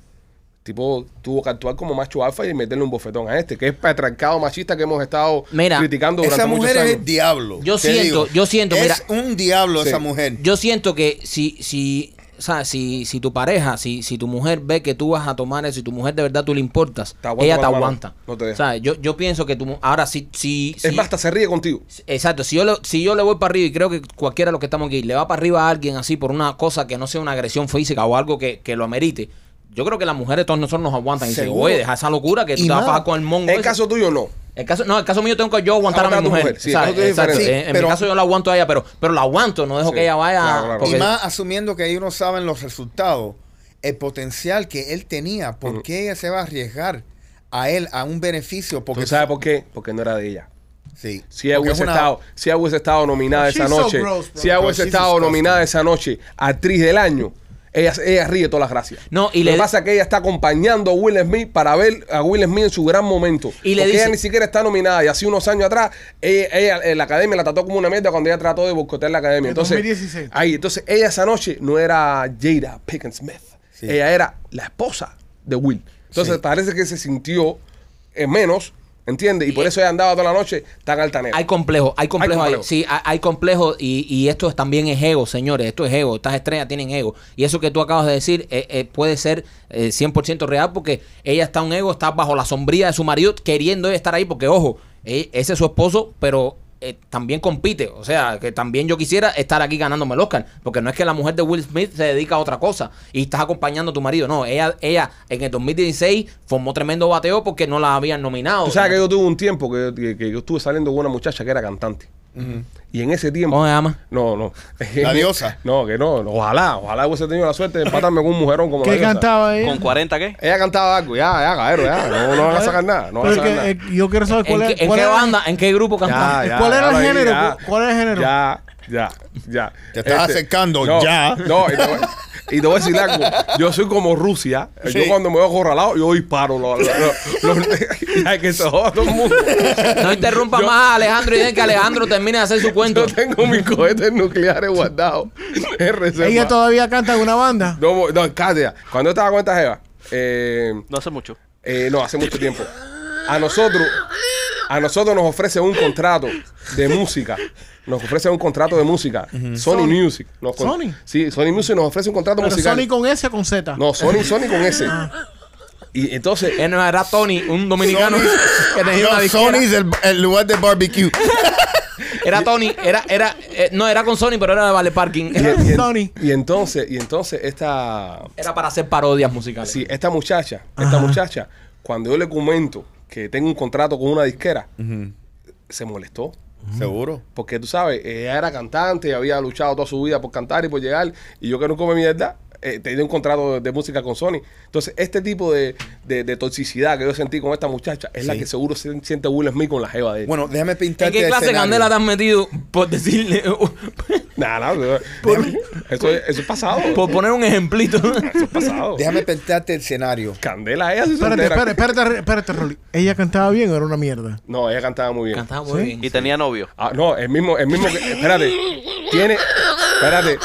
[SPEAKER 1] tipo tuvo que actuar como macho alfa y meterle un bofetón a este, que es patriarcado machista que hemos estado
[SPEAKER 3] Mira,
[SPEAKER 1] criticando durante
[SPEAKER 5] Esa
[SPEAKER 1] muchos
[SPEAKER 5] mujer es
[SPEAKER 1] años.
[SPEAKER 5] el diablo.
[SPEAKER 3] Yo
[SPEAKER 5] te
[SPEAKER 3] siento, yo siento,
[SPEAKER 5] Es
[SPEAKER 3] mira.
[SPEAKER 5] un diablo
[SPEAKER 1] Sí.
[SPEAKER 5] esa mujer.
[SPEAKER 3] Yo siento que si, si, ¿sabes? si, si tu pareja, si, si tu mujer ve que tú vas a tomar eso, si tu mujer de verdad tú le importas,
[SPEAKER 1] Te aguanta
[SPEAKER 3] ella
[SPEAKER 1] con
[SPEAKER 3] te
[SPEAKER 1] la mano.
[SPEAKER 3] aguanta.
[SPEAKER 1] No te deja.
[SPEAKER 3] ¿Sabes? Yo, yo pienso que tú, ahora si, si,
[SPEAKER 1] es
[SPEAKER 3] si-
[SPEAKER 1] más, hasta se ríe contigo.
[SPEAKER 3] Exacto, si yo, le, si yo le voy para arriba y creo que cualquiera de los que estamos aquí le va para arriba a alguien así por una cosa que no sea una agresión física o algo que, que lo amerite, yo creo que las mujeres todos nosotros nos aguantan y dicen,
[SPEAKER 5] Seguro.
[SPEAKER 3] oye, deja esa locura que tú
[SPEAKER 5] Y
[SPEAKER 3] te vas a
[SPEAKER 5] más,
[SPEAKER 3] pasar con el mongo.
[SPEAKER 1] En
[SPEAKER 3] ese".
[SPEAKER 1] caso tuyo, no.
[SPEAKER 3] El caso, no, el caso mío tengo que yo aguantar
[SPEAKER 1] Aguantar
[SPEAKER 3] a
[SPEAKER 1] a
[SPEAKER 3] mi
[SPEAKER 1] tu
[SPEAKER 3] mujer.
[SPEAKER 1] mujer, sí,
[SPEAKER 3] ¿sabes?
[SPEAKER 1] eso es
[SPEAKER 3] Exacto,
[SPEAKER 5] diferente.
[SPEAKER 3] en- en
[SPEAKER 5] Pero-
[SPEAKER 3] mi caso yo la aguanto a ella, pero, pero la aguanto, no dejo
[SPEAKER 1] Sí,
[SPEAKER 3] que ella vaya.
[SPEAKER 1] claro, claro.
[SPEAKER 3] porque-
[SPEAKER 5] Y más asumiendo que ellos no saben los resultados, el potencial que él tenía, ¿por qué ella se va a arriesgar a él a un beneficio? Porque
[SPEAKER 1] ¿Tú sabes por qué? Porque no era de ella.
[SPEAKER 5] Sí.
[SPEAKER 1] Si ella
[SPEAKER 5] Porque es
[SPEAKER 1] hubiese
[SPEAKER 5] una-
[SPEAKER 1] estado, si ella hubiese estado nominada
[SPEAKER 4] But
[SPEAKER 1] esa
[SPEAKER 4] she's so
[SPEAKER 1] noche,
[SPEAKER 4] gross, bro.
[SPEAKER 1] si ella
[SPEAKER 5] But
[SPEAKER 1] hubiese
[SPEAKER 5] she's
[SPEAKER 1] estado
[SPEAKER 5] disgusting.
[SPEAKER 1] nominada esa noche, a actriz del año, ella, ella ríe todas las gracias.
[SPEAKER 3] No, y
[SPEAKER 1] lo
[SPEAKER 3] le-
[SPEAKER 1] que pasa es que ella está acompañando a Will Smith para ver a Will Smith en su gran momento.
[SPEAKER 3] Y le
[SPEAKER 1] Porque
[SPEAKER 3] dice-
[SPEAKER 1] ella ni siquiera está nominada. Y hace unos años atrás, ella, ella, eh, la academia la trató como una mierda cuando ella trató de boicotear la academia.
[SPEAKER 4] En
[SPEAKER 1] Entonces,
[SPEAKER 4] 2016.
[SPEAKER 1] ahí, entonces ella esa noche no era Jada Pickens Smith.
[SPEAKER 5] Sí.
[SPEAKER 1] Ella era la esposa de Will. Entonces
[SPEAKER 5] Sí.
[SPEAKER 1] parece que se sintió eh, menos, ¿entiendes? Y por eso ella andaba toda la noche tan altanera.
[SPEAKER 3] Hay complejo, hay complejo, ahí.
[SPEAKER 1] complejo.
[SPEAKER 3] sí, hay, hay complejo y, y esto es- también es ego, señores, esto es ego, estas estrellas tienen ego. Y eso que tú acabas de decir eh, eh, puede ser eh, 100% real porque ella está un ego, está bajo la sombría de su marido queriendo estar ahí porque, ojo, eh, ese es su esposo, pero eh, también compite, o sea, que también yo quisiera estar aquí ganándome el Oscar, porque no es que la mujer de Will Smith se dedica a otra cosa y estás acompañando a tu marido, no, ella ella en el 2016 formó tremendo bateo porque no la habían nominado.
[SPEAKER 1] Tú sabes que yo tuve un tiempo que, que- que yo estuve saliendo con una muchacha que era cantante. Y en ese tiempo.
[SPEAKER 3] ¿Cómo se llama?
[SPEAKER 1] No, no.
[SPEAKER 5] La diosa.
[SPEAKER 1] No, que no. Ojalá, ojalá hubiese tenido la suerte de empatarme con un mujerón como la
[SPEAKER 4] ¿Qué
[SPEAKER 1] diosa.
[SPEAKER 4] cantaba ella?
[SPEAKER 6] ¿Con 40 qué?
[SPEAKER 1] Ella cantaba algo, ya, ya, cabrón, ya. No, no vas a sacar nada. No vas a
[SPEAKER 4] Pero
[SPEAKER 1] sacar
[SPEAKER 4] que,
[SPEAKER 1] nada.
[SPEAKER 4] eh, yo quiero saber
[SPEAKER 3] ¿En
[SPEAKER 4] cuál,
[SPEAKER 3] qué,
[SPEAKER 4] es,
[SPEAKER 3] en
[SPEAKER 4] cuál
[SPEAKER 3] qué
[SPEAKER 4] era-
[SPEAKER 3] banda? ¿En qué grupo cantaba?
[SPEAKER 1] Ya, ya,
[SPEAKER 4] ¿Cuál era el
[SPEAKER 1] ahora sí,
[SPEAKER 4] género?
[SPEAKER 1] ya.
[SPEAKER 4] ¿Cuál era el género?
[SPEAKER 1] Ya, ya, ya. Este,
[SPEAKER 5] Te estás acercando,
[SPEAKER 1] no,
[SPEAKER 5] ya.
[SPEAKER 1] No, y te, voy, y te voy a decir algo. Yo soy como Rusia. Yo
[SPEAKER 5] Sí.
[SPEAKER 1] cuando me veo acorralado, yo disparo. Lo, lo- lo- lo- Ay, que se joda todo el mundo.
[SPEAKER 3] No interrumpa
[SPEAKER 1] Yo-
[SPEAKER 3] más a Alejandro y dejen que Alejandro termine de hacer su cuento.
[SPEAKER 1] Yo tengo mis cohetes nucleares guardados. en reserva.
[SPEAKER 4] Ella todavía canta en una banda.
[SPEAKER 1] No, voy- no, cállate. Cuando estaba con esta jeva, eh,
[SPEAKER 6] No hace mucho.
[SPEAKER 1] eh, no, hace mucho tiempo. A nosotros, a nosotros nos ofrece un contrato de música. Nos ofrece un contrato de música. Sony,
[SPEAKER 4] Sony.
[SPEAKER 1] Music. Nos con-
[SPEAKER 4] Sony.
[SPEAKER 1] Sí, Sony Music nos ofrece un contrato
[SPEAKER 4] Pero
[SPEAKER 1] musical.
[SPEAKER 4] Sony con S o con Ah. Z.
[SPEAKER 1] No, Sony, Sony con ese. Y entonces, Ah,
[SPEAKER 3] Él Eh, no era Tony, un dominicano. que tenía una
[SPEAKER 5] Yo,
[SPEAKER 3] disquera.
[SPEAKER 5] Sony's el, el lugar de barbecue.
[SPEAKER 3] Era Tony, era, era, eh, no, era con Sony, pero era de Vale Parking.
[SPEAKER 1] y, y-
[SPEAKER 4] Sony.
[SPEAKER 1] y entonces, y entonces esta,
[SPEAKER 3] Era para hacer parodias musicales.
[SPEAKER 1] sí, esta muchacha, esta muchacha, cuando yo le comento que tengo un contrato con una disquera, se molestó.
[SPEAKER 5] Seguro.
[SPEAKER 1] Porque tú sabes, ella era cantante y había luchado toda su vida por cantar y por llegar. Y yo que no come mierda, eh, tenía un contrato de, de música con Sony. Entonces, este tipo de, de- de toxicidad que yo sentí con esta muchacha es la
[SPEAKER 5] Sí.
[SPEAKER 1] que seguro se- siente Will Smith con la jeva de él.
[SPEAKER 5] Bueno, déjame
[SPEAKER 3] ¿En
[SPEAKER 5] pintarte
[SPEAKER 3] qué
[SPEAKER 5] el
[SPEAKER 3] clase de
[SPEAKER 5] este escenario.
[SPEAKER 3] candela te has metido por decirle,
[SPEAKER 1] Nah, nah, nah, eso, es- eso es pasado.
[SPEAKER 3] por poner un ejemplito?
[SPEAKER 1] Eso es pasado.
[SPEAKER 5] Déjame pintarte el escenario.
[SPEAKER 1] Candela ella sí se
[SPEAKER 4] Espérate,
[SPEAKER 1] entera.
[SPEAKER 4] espérate, espérate, re- espérate, Rolly. ¿Ella cantaba bien o era una mierda?
[SPEAKER 1] No, ella cantaba muy bien.
[SPEAKER 3] Cantaba muy bien.
[SPEAKER 6] Y tenía novio.
[SPEAKER 1] Ah, no, el mismo, el mismo que. Espérate. Tiene. Espérate.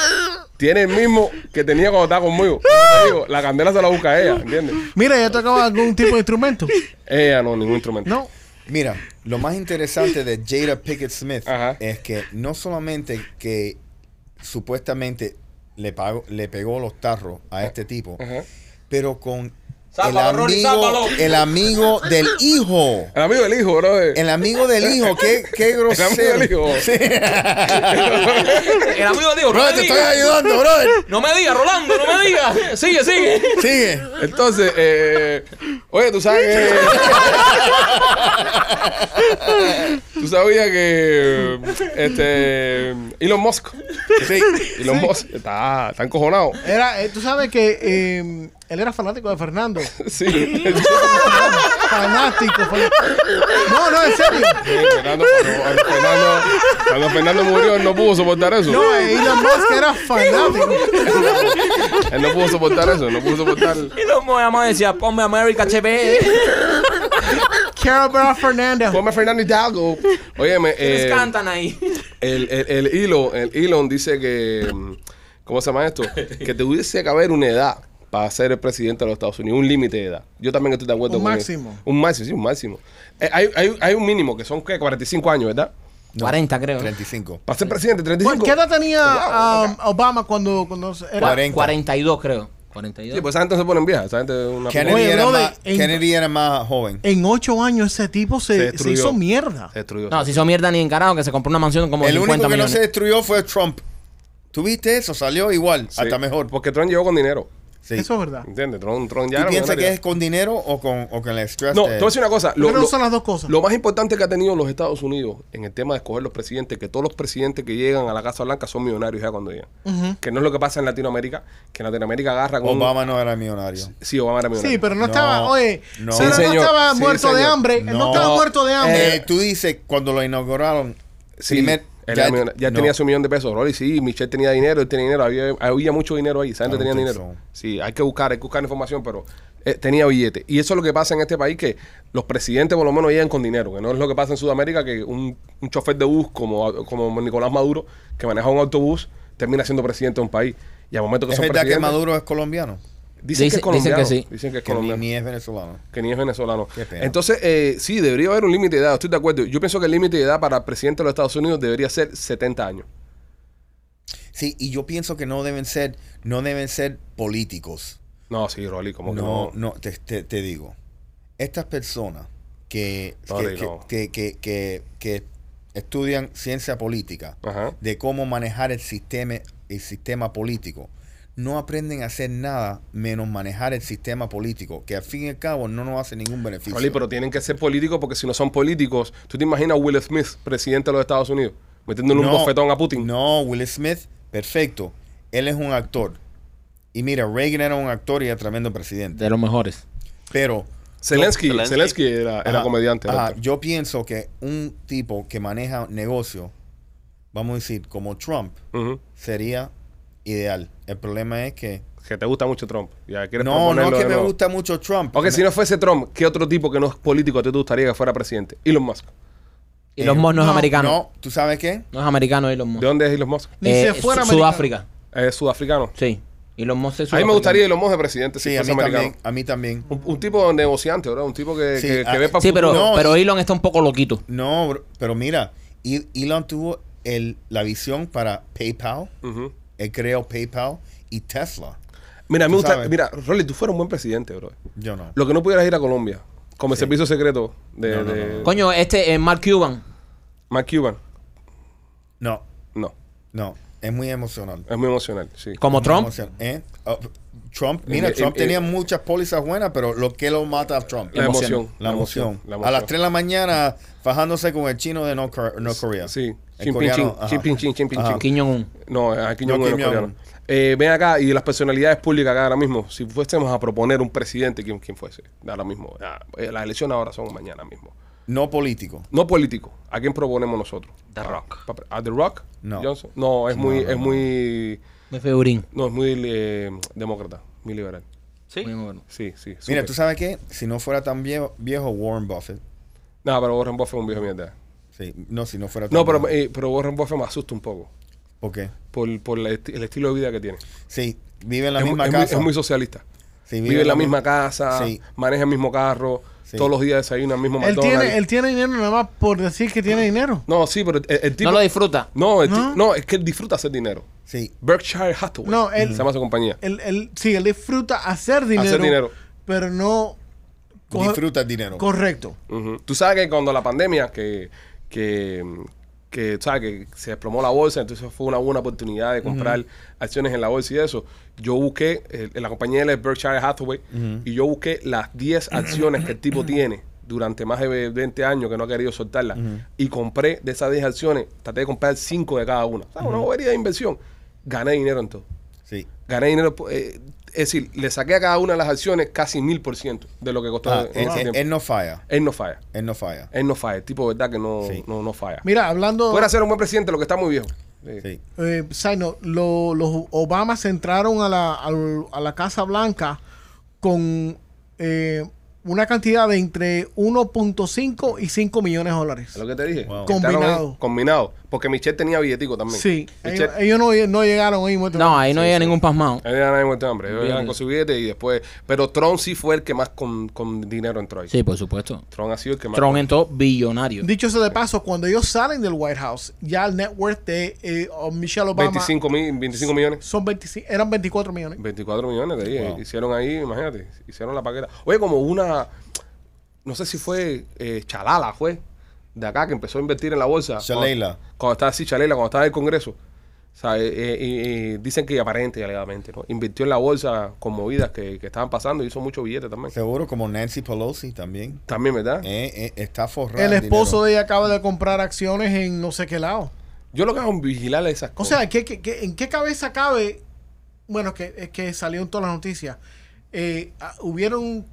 [SPEAKER 1] Tiene el mismo que tenía cuando estaba conmigo. Como te digo, la candela se la busca a ella, ¿entiendes?
[SPEAKER 4] Mira, ¿ella tocaba algún tipo de instrumento?
[SPEAKER 1] Ella no, ningún instrumento.
[SPEAKER 4] No.
[SPEAKER 5] Mira, lo más interesante de Jada Pickett Smith
[SPEAKER 1] Ajá.
[SPEAKER 5] es que no solamente que supuestamente le, pagó- le pegó los tarros a este tipo,
[SPEAKER 1] Ah, Ajá.
[SPEAKER 5] pero con
[SPEAKER 3] Sápalo, Rolly,
[SPEAKER 5] el, amigo,
[SPEAKER 3] sápalo.
[SPEAKER 5] el amigo del hijo.
[SPEAKER 1] El amigo del hijo, bro. eh.
[SPEAKER 5] El amigo del hijo, qué, qué
[SPEAKER 1] El amigo
[SPEAKER 5] grosero.
[SPEAKER 1] del hijo.
[SPEAKER 3] El amigo dijo, no
[SPEAKER 5] Bro,
[SPEAKER 3] me
[SPEAKER 5] te estoy
[SPEAKER 3] digas,
[SPEAKER 5] ayudando, brother.
[SPEAKER 3] no me digas, Rolando, no me digas. Sigue, sigue.
[SPEAKER 5] Sigue.
[SPEAKER 1] Entonces, eh, oye, tú sabes que. tú sabías que. Este. Elon Musk.
[SPEAKER 5] Sí.
[SPEAKER 1] Elon Musk está, está encojonado.
[SPEAKER 4] Era, eh, tú sabes que eh, Él era fanático de Fernando.
[SPEAKER 1] Sí.
[SPEAKER 4] fanático. fan- No, no, en serio.
[SPEAKER 1] Fernando, cuando, Fernando, cuando Fernando murió, él no pudo soportar eso.
[SPEAKER 4] No, eh, Elon Musk era fanático.
[SPEAKER 1] Él no pudo soportar eso, no pudo soportar.
[SPEAKER 3] Y los mojamas decía, ponme America HB.
[SPEAKER 4] Carol Bra Fernández.
[SPEAKER 1] Ponme a Fernando Hidalgo. Óyeme, eh,
[SPEAKER 3] Les cantan ahí.
[SPEAKER 1] el, el, el Elon, el Elon dice que. mm, ¿Cómo se llama esto? Que tuviese que haber una edad para ser el presidente de los Estados Unidos, un límite de edad. Yo también estoy de acuerdo
[SPEAKER 4] Un
[SPEAKER 1] con él.
[SPEAKER 4] máximo.
[SPEAKER 1] Un máximo, sí, un máximo. Eh, hay, hay- hay un mínimo que son ¿qué? 45 años, ¿verdad?
[SPEAKER 3] 40 creo.
[SPEAKER 5] 35.
[SPEAKER 1] Para ser presidente,
[SPEAKER 4] Bueno,
[SPEAKER 1] 35.
[SPEAKER 4] ¿Qué edad tenía um, Obama cuando, cuando era?
[SPEAKER 5] 40.
[SPEAKER 3] 42 creo.
[SPEAKER 1] Sí,
[SPEAKER 3] 42.
[SPEAKER 1] pues esa gente se ponen vieja. Esa gente es una.
[SPEAKER 5] Kennedy,
[SPEAKER 4] Oye,
[SPEAKER 5] era
[SPEAKER 4] brother,
[SPEAKER 5] más,
[SPEAKER 4] en-
[SPEAKER 5] Kennedy era más joven.
[SPEAKER 4] En ocho años ese tipo
[SPEAKER 1] Se
[SPEAKER 4] se, se,
[SPEAKER 1] destruyó.
[SPEAKER 4] hizo mierda.
[SPEAKER 1] Se destruyó.
[SPEAKER 3] no, si hizo mierda ni encarado que se compró una mansión como de
[SPEAKER 5] El
[SPEAKER 3] 50
[SPEAKER 5] único que
[SPEAKER 3] millones.
[SPEAKER 5] no se destruyó fue Trump. ¿Tuviste eso? Salió igual,
[SPEAKER 1] Sí,
[SPEAKER 5] hasta Ah, mejor.
[SPEAKER 1] Porque Trump llegó con dinero.
[SPEAKER 5] Sí.
[SPEAKER 4] Eso es verdad.
[SPEAKER 1] ¿Entiendes? Tron, Tron ya
[SPEAKER 5] ¿Tú
[SPEAKER 1] era
[SPEAKER 5] piensas que
[SPEAKER 1] millonario.
[SPEAKER 5] es con dinero o con, o con el stress?
[SPEAKER 1] No, te
[SPEAKER 5] de-
[SPEAKER 1] voy a decir una cosa. Lo,
[SPEAKER 4] Yo creo
[SPEAKER 1] lo-
[SPEAKER 4] que son las dos cosas.
[SPEAKER 1] lo más importante que ha tenido los Estados Unidos en el tema de escoger los presidentes, que todos los presidentes que llegan a la Casa Blanca son millonarios ya cuando llegan. Que no es lo que pasa en Latinoamérica, que en Latinoamérica agarra con...
[SPEAKER 5] Obama no era millonario.
[SPEAKER 1] Sí, Obama era millonario.
[SPEAKER 4] sí, pero no,
[SPEAKER 5] No,
[SPEAKER 4] estaba, oye,
[SPEAKER 5] no.
[SPEAKER 4] pero
[SPEAKER 1] Sí,
[SPEAKER 4] no
[SPEAKER 1] señor.
[SPEAKER 4] estaba
[SPEAKER 1] Sí,
[SPEAKER 4] muerto de
[SPEAKER 1] señor.
[SPEAKER 4] hambre. Él
[SPEAKER 5] No.
[SPEAKER 4] no estaba muerto de hambre.
[SPEAKER 5] Eh, tú dices, cuando lo inauguraron,
[SPEAKER 1] Sí,
[SPEAKER 5] primer-
[SPEAKER 1] él era millona- ya
[SPEAKER 5] no.
[SPEAKER 1] tenía su millón de pesos, Rolly. Sí, Michelle tenía dinero, él tenía dinero. Había, había mucho dinero ahí. Esa gente
[SPEAKER 5] I
[SPEAKER 1] tenía
[SPEAKER 5] don't think
[SPEAKER 1] dinero.
[SPEAKER 5] so.
[SPEAKER 1] Sí, hay que buscar, hay que buscar información, pero eh, tenía billete. Y eso es lo que pasa en este país, que los presidentes por lo menos llegan con dinero, que no es lo que pasa en Sudamérica, que un, un chofer de bus como, como Nicolás Maduro, que maneja un autobús, termina siendo presidente de un país. Y al momento que
[SPEAKER 5] ¿Es
[SPEAKER 1] son
[SPEAKER 5] verdad que
[SPEAKER 1] presidentes,
[SPEAKER 5] Maduro es colombiano?
[SPEAKER 1] dicen, que es
[SPEAKER 3] Dice- dicen
[SPEAKER 1] colombiano.
[SPEAKER 3] que
[SPEAKER 1] Dicen que,
[SPEAKER 3] sí.
[SPEAKER 1] es
[SPEAKER 5] Que ni,
[SPEAKER 1] colombiano.
[SPEAKER 5] ni es venezolano.
[SPEAKER 1] Que ni es venezolano.
[SPEAKER 5] Qué pena.
[SPEAKER 1] Entonces, eh, sí, debería haber un límite de edad, estoy de acuerdo. Yo pienso que el límite de edad para el presidente de los Estados Unidos debería ser 70 años.
[SPEAKER 5] Sí, y yo pienso que no deben ser, no deben ser políticos.
[SPEAKER 1] No, sí, Rolly, como que
[SPEAKER 5] No,
[SPEAKER 1] no.
[SPEAKER 5] no, te, te- te digo. Estas personas que, que-
[SPEAKER 1] Sorry,
[SPEAKER 5] que-
[SPEAKER 1] no.
[SPEAKER 5] que- que- que- que estudian ciencia política,
[SPEAKER 1] Ajá.
[SPEAKER 5] de cómo manejar el sistema, el sistema político, no aprenden a hacer nada menos manejar el sistema político, que al fin y al cabo no nos hace ningún beneficio.
[SPEAKER 1] Rolly, pero tienen que ser políticos porque si no son políticos, ¿tú te imaginas a Will Smith, presidente de los Estados Unidos, metiéndole un bofetón a Putin?
[SPEAKER 5] No, Will Smith, perfecto. Él es un actor. Y mira, Reagan era un actor y era tremendo presidente.
[SPEAKER 3] De los mejores.
[SPEAKER 5] Pero
[SPEAKER 1] Zelensky,
[SPEAKER 6] No,
[SPEAKER 1] Zelensky,
[SPEAKER 6] Zelensky.
[SPEAKER 1] era, era
[SPEAKER 5] Ajá,
[SPEAKER 1] comediante. era
[SPEAKER 5] ajá,
[SPEAKER 1] actor.
[SPEAKER 5] yo pienso que un tipo que maneja negocio, vamos a decir, como Trump,
[SPEAKER 1] Ujú.
[SPEAKER 5] sería ideal. El problema es que...
[SPEAKER 1] Que te gusta mucho Trump. Ya quieres
[SPEAKER 5] No, no
[SPEAKER 1] proponerlo
[SPEAKER 5] que
[SPEAKER 1] de
[SPEAKER 5] me
[SPEAKER 1] nuevo.
[SPEAKER 5] gusta mucho Trump.
[SPEAKER 1] Ok,
[SPEAKER 5] Me-
[SPEAKER 1] si no fuese Trump, ¿qué otro tipo que no es político te gustaría que fuera presidente? Elon Musk.
[SPEAKER 3] Y los mos no es
[SPEAKER 4] no,
[SPEAKER 3] americano. No.
[SPEAKER 5] Eh, No, ¿tú sabes qué?
[SPEAKER 3] es americano Elon Musk.
[SPEAKER 1] ¿De dónde es Elon Musk?
[SPEAKER 4] Ni
[SPEAKER 3] Eh,
[SPEAKER 4] se fuera
[SPEAKER 3] Su-
[SPEAKER 4] americano.
[SPEAKER 3] Sudáfrica.
[SPEAKER 1] Es sudafricano.
[SPEAKER 3] Sí. Elon
[SPEAKER 1] A
[SPEAKER 3] Musk es
[SPEAKER 1] mí me
[SPEAKER 3] sudafricano.
[SPEAKER 1] gustaría Elon Musk de presidente, si
[SPEAKER 5] Sí, a
[SPEAKER 1] fuese
[SPEAKER 5] mí
[SPEAKER 1] americano.
[SPEAKER 5] también. A mí también.
[SPEAKER 1] Un, un tipo negociante, ¿verdad? Un tipo que,
[SPEAKER 5] Sí,
[SPEAKER 1] que- que
[SPEAKER 5] ah,
[SPEAKER 1] ve para
[SPEAKER 3] Sí, pero,
[SPEAKER 5] No,
[SPEAKER 3] pero Elon está un poco loquito.
[SPEAKER 5] No, bro, pero mira, E- Elon tuvo el, la visión para PayPal. Él creó PayPal y Tesla.
[SPEAKER 1] Mira, a mí me
[SPEAKER 5] Tú
[SPEAKER 1] gusta.
[SPEAKER 5] sabes.
[SPEAKER 1] Mira, Rolly, tú fueras un buen presidente, bro.
[SPEAKER 5] Yo no.
[SPEAKER 1] Lo que no pudieras ir a Colombia, como el servicio secreto de,
[SPEAKER 5] No, no,
[SPEAKER 1] de
[SPEAKER 5] no,
[SPEAKER 3] Coño, este eh, Mark Cuban.
[SPEAKER 1] Mark Cuban.
[SPEAKER 5] No,
[SPEAKER 1] No,
[SPEAKER 5] no. Es muy emocional.
[SPEAKER 1] es muy emocional, sí.
[SPEAKER 3] Como Trump.
[SPEAKER 5] Emocional, ¿eh? Oh, Trump, mira,
[SPEAKER 1] Eh, eh,
[SPEAKER 5] Trump
[SPEAKER 1] eh,
[SPEAKER 5] tenía muchas pólizas buenas, pero lo que lo mata a Trump.
[SPEAKER 1] La emoción.
[SPEAKER 5] La emoción.
[SPEAKER 1] La
[SPEAKER 5] A las 3 de la mañana fajándose con el chino de North Cor- North Korea.
[SPEAKER 1] Sí.
[SPEAKER 5] El
[SPEAKER 1] Chin, pin, chin.
[SPEAKER 5] coreano, ajá.
[SPEAKER 1] Chin, pin, chin, chin, pin,
[SPEAKER 5] Ajá.
[SPEAKER 1] chin.
[SPEAKER 3] Kim Jong-un.
[SPEAKER 1] No, eh, aquí
[SPEAKER 5] No,
[SPEAKER 1] no,
[SPEAKER 5] Kim Jong-un.
[SPEAKER 1] Eh, ven acá, y las personalidades públicas acá ahora mismo, si fuésemos a proponer un presidente, ¿quién, quién fuese? Ahora mismo. Ah, eh, las elecciones ahora son mañana mismo.
[SPEAKER 5] No político.
[SPEAKER 1] No político. ¿A quién proponemos nosotros? Ah,
[SPEAKER 6] The Rock.
[SPEAKER 1] Pa- ¿A The Rock?
[SPEAKER 5] No.
[SPEAKER 1] Johnson. No, es muy, es muy,
[SPEAKER 3] Me figurín.
[SPEAKER 1] no, es muy eh, demócrata, muy liberal.
[SPEAKER 6] Sí.
[SPEAKER 1] Sí, sí.
[SPEAKER 5] Mira,
[SPEAKER 1] súper.
[SPEAKER 5] tú sabes qué, si no fuera tan viejo, viejo Warren Buffett.
[SPEAKER 1] No, pero Warren Buffett es un viejo mierda.
[SPEAKER 5] Sí, no, si no fuera tan
[SPEAKER 1] No, pero,
[SPEAKER 5] viejo.
[SPEAKER 1] eh, pero Warren Buffett me asusta un poco
[SPEAKER 5] ¿Por qué?
[SPEAKER 1] por, por la esti- el estilo de vida que tiene.
[SPEAKER 5] Sí, vive en la
[SPEAKER 1] es,
[SPEAKER 5] misma
[SPEAKER 1] muy, es muy-
[SPEAKER 5] casa.
[SPEAKER 1] es muy socialista.
[SPEAKER 5] Sí,
[SPEAKER 1] Vive en la misma casa,
[SPEAKER 5] Sí.
[SPEAKER 1] maneja el mismo carro,
[SPEAKER 5] Sí.
[SPEAKER 1] todos los días desayuna el mismo
[SPEAKER 4] Él
[SPEAKER 1] McDonald's.
[SPEAKER 4] tiene, él tiene dinero nada más por decir que tiene dinero.
[SPEAKER 1] No, sí, pero el, el tipo...
[SPEAKER 3] No lo disfruta.
[SPEAKER 1] No, el ti-
[SPEAKER 4] No.
[SPEAKER 1] no, es que él disfruta hacer dinero.
[SPEAKER 5] Sí,
[SPEAKER 1] Berkshire Hathaway.
[SPEAKER 4] No, él-
[SPEAKER 1] Se llama su compañía.
[SPEAKER 4] Él, él, sí, él disfruta hacer dinero.
[SPEAKER 1] dinero.
[SPEAKER 4] Pero no. co-
[SPEAKER 5] disfruta el dinero.
[SPEAKER 4] Correcto.
[SPEAKER 1] Ujú. Tú sabes que cuando la pandemia, que, que, que, ¿sabes? que se desplomó la bolsa, entonces fue una buena oportunidad de comprar acciones en la bolsa y eso. Yo busqué, eh, en la compañía de Berkshire Hathaway, y yo busqué las 10 acciones que el tipo tiene durante más de 20 años que no ha querido soltarlas. Y compré de esas 10 acciones, traté de comprar 5 de cada una. O sea, Una bobería de inversión. Gané dinero en todo.
[SPEAKER 5] Sí.
[SPEAKER 1] Gané dinero. eh, es decir, le saqué a cada una de las acciones casi mil por ciento de lo que costó en
[SPEAKER 5] Ah, él,
[SPEAKER 1] ese
[SPEAKER 5] él-
[SPEAKER 1] tiempo. Eh,
[SPEAKER 5] él no falla.
[SPEAKER 1] Él no falla.
[SPEAKER 5] Él no falla.
[SPEAKER 1] Él no falla. El tipo de verdad que no,
[SPEAKER 5] Sí.
[SPEAKER 1] no, no falla.
[SPEAKER 4] Mira, hablando.
[SPEAKER 1] Puede ser un buen presidente, lo que está muy viejo. Sí.
[SPEAKER 5] Sí.
[SPEAKER 4] Eh, side note, lo- los Obamas entraron a la, al- a la Casa Blanca con eh, una cantidad de entre 1.5 y 5 millones de dólares.
[SPEAKER 1] Es lo que te dije.
[SPEAKER 5] Wow.
[SPEAKER 1] Entraron ahí
[SPEAKER 4] Combinado.
[SPEAKER 1] combinado. Porque Michelle tenía billetico también.
[SPEAKER 4] Sí, ellos,
[SPEAKER 1] Michelle,
[SPEAKER 4] ellos no, no llegaron ahí muertos.
[SPEAKER 2] No, ahí no llega ningún pasmado.
[SPEAKER 1] Ahí ya nadie muerto de hambre. Ellos llegan con su billete y después. Pero Tron sí fue el que más con, con dinero entró ahí.
[SPEAKER 2] Sí, por supuesto.
[SPEAKER 1] Tron ha sido el que más.
[SPEAKER 2] Tron entró billonario.
[SPEAKER 4] Dicho sea de paso, cuando ellos salen del White House, ya el net worth de eh, o Michelle Obama
[SPEAKER 1] 25, mil, 25 millones.
[SPEAKER 4] son 25, eran 24 millones.
[SPEAKER 1] 24 millones de ahí.
[SPEAKER 5] Wow.
[SPEAKER 1] Hicieron ahí, imagínate. Hicieron la paqueta. Oye, como una. No sé si fue eh, Chalala, fue. De acá que empezó a invertir en la bolsa.
[SPEAKER 5] Shalela.
[SPEAKER 1] Cuando, cuando estaba así, Chalela, cuando estaba en el Congreso. O sea, eh, eh, eh, eh, dicen que aparente y alegadamente, ¿no? Invirtió en la bolsa con movidas que, que estaban pasando y hizo mucho billete también.
[SPEAKER 5] Seguro como Nancy Pelosi también.
[SPEAKER 1] También, ¿verdad?
[SPEAKER 5] Eh, eh, está forrado.
[SPEAKER 4] El esposo de ella acaba de comprar acciones en no sé qué lado.
[SPEAKER 1] Yo lo que hago es vigilar esas
[SPEAKER 4] O
[SPEAKER 1] cosas.
[SPEAKER 4] sea, ¿qué- qué- qué- en qué cabeza cabe? Bueno, que, es que salió en todas las noticias. Eh, ah, hubieron